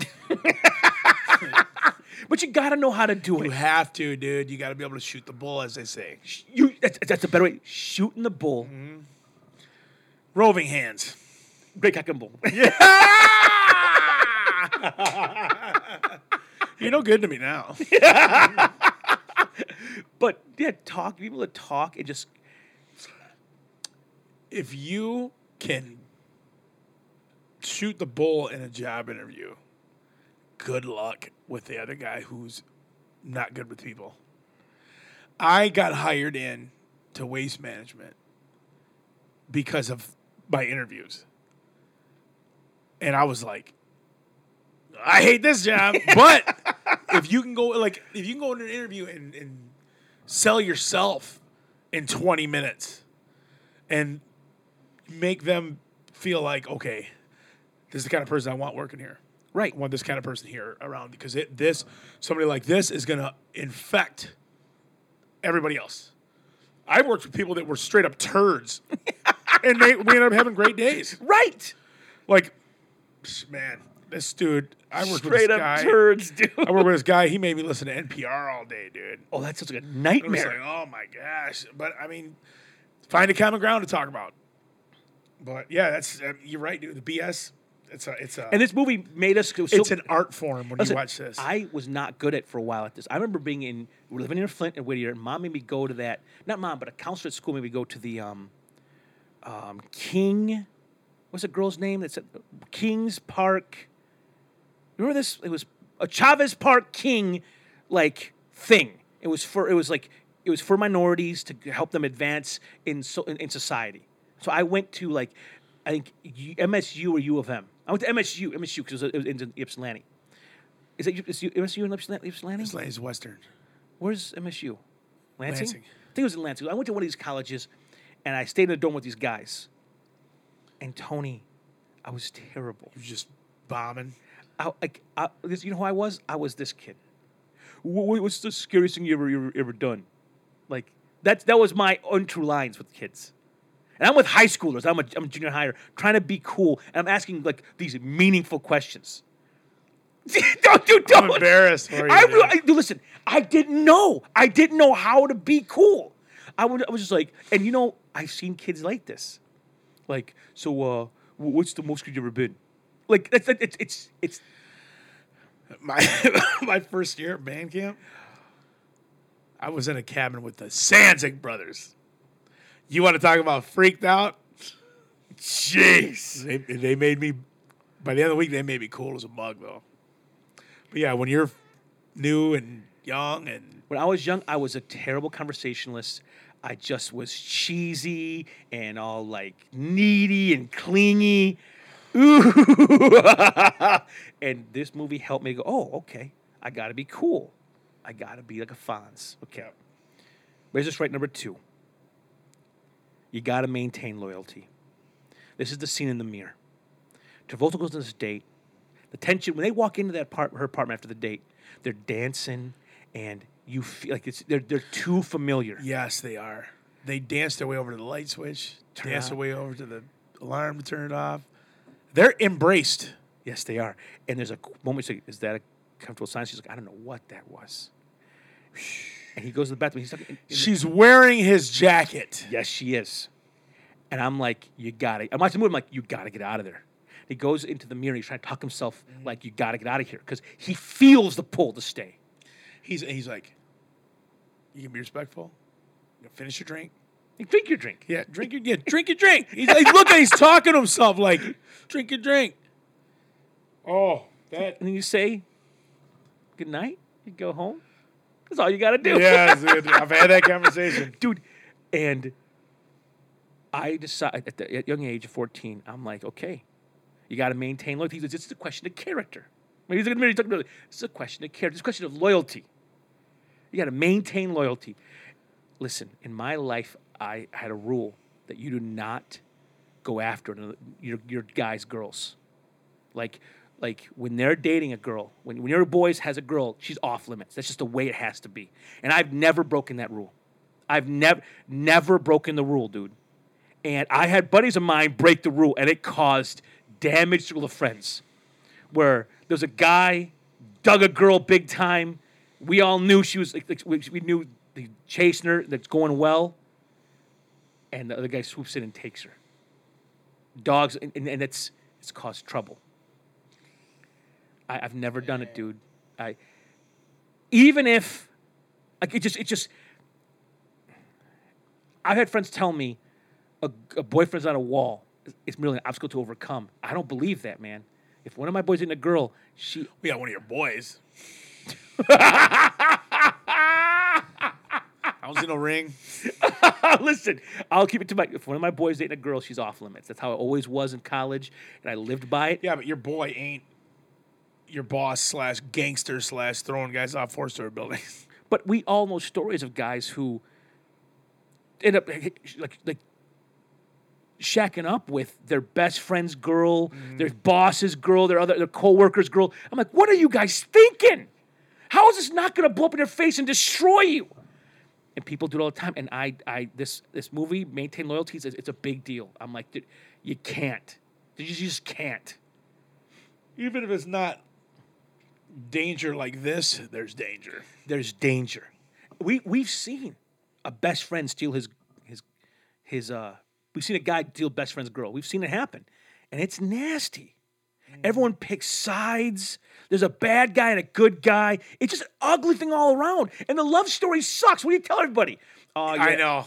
Speaker 1: But you got to know how to do
Speaker 3: You
Speaker 1: it.
Speaker 3: have to, dude. You got to be able to shoot the bull, as they say.
Speaker 1: You that's, that's a better way. Shooting the bull,
Speaker 3: Roving hands.
Speaker 1: great cock and bull.
Speaker 3: You're no good to me now.
Speaker 1: but yeah, talk. Be able to talk and just
Speaker 3: if you can shoot the bull in a job interview, good luck with the other guy who's not good with people. I got hired in to waste management because of my interviews. And I was like, I hate this job, but if you can go like if you can go in an interview and, and sell yourself in 20 minutes and make them feel like, okay, this is the kind of person I want working here.
Speaker 1: right.
Speaker 3: I want this kind of person here around because it, this somebody like this is going to infect everybody else. I worked with people that were straight up turds, and they, we ended up having great days.
Speaker 1: Right.
Speaker 3: Like, psh, man, this dude, I worked with
Speaker 1: Straight
Speaker 3: this
Speaker 1: up
Speaker 3: guy.
Speaker 1: turds,
Speaker 3: I
Speaker 1: dude.
Speaker 3: worked with this guy. He made me listen to NPR all day, dude.
Speaker 1: Oh, that sounds like a
Speaker 3: It was like,
Speaker 1: nightmare.
Speaker 3: oh my gosh. But I mean, find a common ground to talk about. But yeah, that's uh, you're right, dude. The BS. It's a it's a
Speaker 1: And this movie made us. go so-
Speaker 3: it's an art form when you
Speaker 1: Listen,
Speaker 3: watch this.
Speaker 1: I was not good at for a while at this. I remember being in we we're living in Flint and Whittier, and mom made me go to that. Not mom, but a counselor at school made me go to the um, um, King. What's the girl's name? That's at Kings Park. Remember this? It was a Chavez Park King like thing. It was for it was like it was for minorities to help them advance in so in, in society. So I went to like I think U- MSU or U of M. I went to MSU, MSU because it, was- it was in Ypsilanti. Is it U- is U- MSU in Ypsilan- Ypsilanti?
Speaker 3: This lady's Western.
Speaker 1: Where's MSU? Lansing?
Speaker 3: Lansing.
Speaker 1: I think it was in Lansing. I went to one of these colleges and I stayed in a dorm with these guys. And Tony, I was terrible.
Speaker 3: You're just bombing.
Speaker 1: I, I, I, this, you know who I was? I was this kid. What, what's the scariest thing you ever, ever ever done? Like that's that was my untrue lines with kids. And I'm with high schoolers. I'm a, I'm a junior higher, trying to be cool, and I'm asking like these meaningful questions. don't you don't.
Speaker 3: I'm embarrassed for you,
Speaker 1: I,
Speaker 3: dude.
Speaker 1: re- I- listen. I didn't know. I didn't know how to be cool. I, would, I was just like, and you know, I've seen kids like this. Like, so, uh, wh- what's the most you've ever been? Like, that's that- it's it's it's
Speaker 3: My my first year at band camp, I was in a cabin with the Sanzig brothers. You want to talk about freaked out? Jeez, they, they made me. By the end of the week, they made me cool as a mug, though. But yeah, when you're new and young and
Speaker 1: When I was young, I was a terrible conversationalist. I just was cheesy and all like needy and clingy. Ooh. and this movie helped me go, oh, okay, I gotta be cool. I gotta be like a Fonz. Okay. Razor Strike number two. You gotta maintain loyalty. This is the scene in the mirror. Travolta goes on this date. The tension when they walk into that apart- her apartment after the date, they're dancing, and you feel like it's they're they're too familiar.
Speaker 3: yes, they are. They danced their way over to the light switch,
Speaker 1: Turn
Speaker 3: danced their
Speaker 1: off.
Speaker 3: way over to the alarm to turn it off. They're embraced.
Speaker 1: Yes, they are. And there's a qu- moment. She's like, "Is that a comfortable sign?" She's like, "I don't know what that was." And he goes to the bathroom. He's like,
Speaker 3: She's wearing his jacket.
Speaker 1: Yes, she is. And I'm like, you gotta. I'm watching the movie. I'm like, you gotta get out of there. He goes into the mirror. He's trying to talk himself
Speaker 3: Mm-hmm.
Speaker 1: like, you gotta get out of here because he feels the pull to stay.
Speaker 3: He's he's like, you can be respectful. You can finish your drink.
Speaker 1: Like, drink your drink.
Speaker 3: Yeah, drink your yeah, drink your drink. He's like, look, he's talking to himself like, drink your drink. Oh, that
Speaker 1: And then you say, good night. You go home. That's all you gotta do.
Speaker 3: yeah, dude, I've had that conversation.
Speaker 1: dude. And I decide at the at young age of 14, I'm like, okay, you got to maintain loyalty. It's just a question of character. Maybe he's going to talking about It's a question of character. It's a question of loyalty. You got to maintain loyalty. Listen, in my life, I had a rule that you do not go after another- your your guys' girls. Like, like when they're dating a girl, when, when your boys has a girl, she's off limits. That's just the way it has to be. And I've never broken that rule. I've never never broken the rule, dude. And I had buddies of mine break the rule, and it caused damage to the friends. Where there's a guy dug a girl big time, We all knew she was. Like, like, we we knew the chasing her. That's going well. And the other guy swoops in and takes her. Dogs, and, and, and it's it's caused trouble. I, I've never done it, dude. I even if like it just it just I've had friends tell me a, a boyfriend's on a wall. It's merely an obstacle to overcome. I don't believe that, man. If one of my boys isn't a girl, she
Speaker 3: We got one of your boys. I don't see no ring.
Speaker 1: listen. I'll keep it to my. If one of my boys ain't a girl, she's off limits. That's how I always was in college, and I lived by it.
Speaker 3: Yeah, but your boy ain't your boss slash gangster slash throwing guys off four story buildings.
Speaker 1: But we all know stories of guys who end up like like, like shacking up with their best friend's girl, their boss's girl, their other their coworker's girl. I'm like, what are you guys thinking? How is this not going to blow up in your face and destroy you? And people do it all the time. And I, I this this movie, maintain loyalty. It's, it's a big deal. I'm like, dude, you can't. You just, you just can't.
Speaker 3: Even if it's not danger like this, there's danger.
Speaker 1: there's danger. We we've seen a best friend steal his his his uh we've seen a guy steal best friend's girl. We've seen it happen. And it's nasty.
Speaker 3: Mm.
Speaker 1: Everyone picks sides. There's a bad guy and a good guy. It's just an ugly thing all around. And the love story sucks. What do you tell everybody? Oh, yeah.
Speaker 3: I know.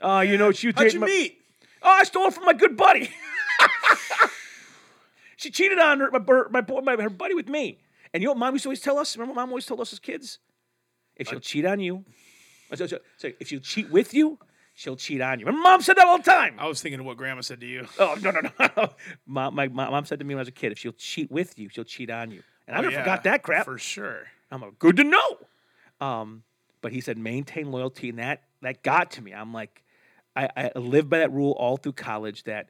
Speaker 1: Oh, you know, she was
Speaker 3: How'd
Speaker 1: dating my-
Speaker 3: you meet?
Speaker 1: Oh, I stole it from my good buddy. she cheated on her, my, bur- my boy, my her buddy with me. And you know what mom used to always tell us? Remember what mom always told us as kids? If she'll cheat on you, uh, so- so- so if she'll cheat with you, she'll cheat on you. Remember mom said that all the time.
Speaker 3: I was thinking of what grandma said to you.
Speaker 1: Oh, no, no, no. mom, my, my mom said to me when I was a kid, if she'll cheat with you, she'll cheat on you. And I never
Speaker 3: Oh, Yeah,
Speaker 1: forgot that crap.
Speaker 3: For sure.
Speaker 1: I'm like, good to know. Um, but he said maintain loyalty, and that that got to me. I'm like, I, I lived by that rule all through college. That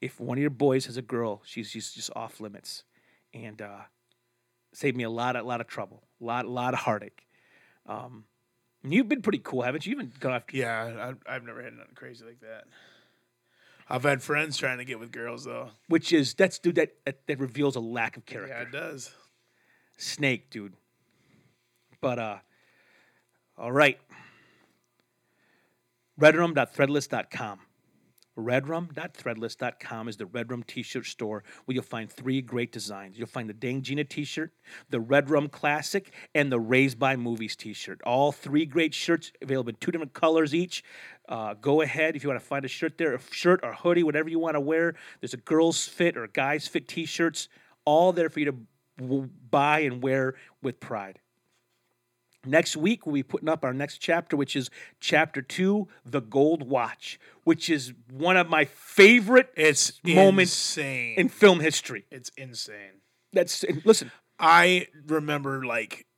Speaker 1: if one of your boys has a girl, she's she's just off limits, and uh, saved me a lot a lot of trouble, a lot a lot of heartache. Um, and you've been pretty cool, haven't you? You've been going after.
Speaker 3: Yeah, I, I've never had nothing crazy like that. I've had friends trying to get with girls though.
Speaker 1: Which is that's dude that that, that reveals a lack of character.
Speaker 3: Yeah, it does.
Speaker 1: snake, dude. But uh all right. Redrum.threadless.com. Redrum.threadless.com is the Redrum t-shirt store where you'll find three great designs. You'll find the Dang Gina t-shirt, the Redrum Classic, and the Raised by Movies t-shirt. All three great shirts available in two different colors each. Uh, go ahead if you want to find a shirt there, a shirt or hoodie, whatever you want to wear. There's a girls fit or guys fit t-shirts, all there for you to w- buy and wear with pride. Next week, we'll be putting up our next chapter, which is chapter two, The Gold Watch, which is one of my favorite
Speaker 3: It's
Speaker 1: moments
Speaker 3: insane.
Speaker 1: in film history.
Speaker 3: it's insane.
Speaker 1: That's and listen,
Speaker 3: I remember like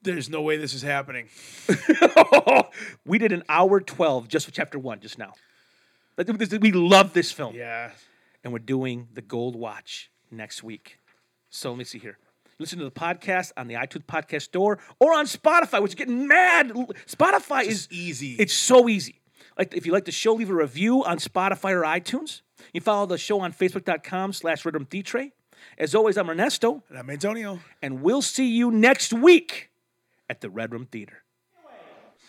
Speaker 3: there's no way this is happening.
Speaker 1: we did an hour 12 just for chapter one just now. Like, this- We love this film.
Speaker 3: Yeah.
Speaker 1: and we're doing the Gold Watch next week. So let me see here. Listen to the podcast on the iTunes Podcast Store or on Spotify, which is getting mad. L- Spotify is
Speaker 3: easy.
Speaker 1: It's so easy. Like if you like the show, leave a review on Spotify or iTunes. You follow the show on Facebook.com slash Rhythm Dtray. As always, I'm Ernesto,
Speaker 3: And I'm Antonio.
Speaker 1: and we'll see you next week at the Red Room Theater.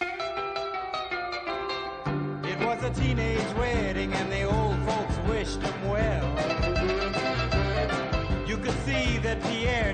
Speaker 4: It was a teenage wedding and the old folks wished him well. You could see that Pierre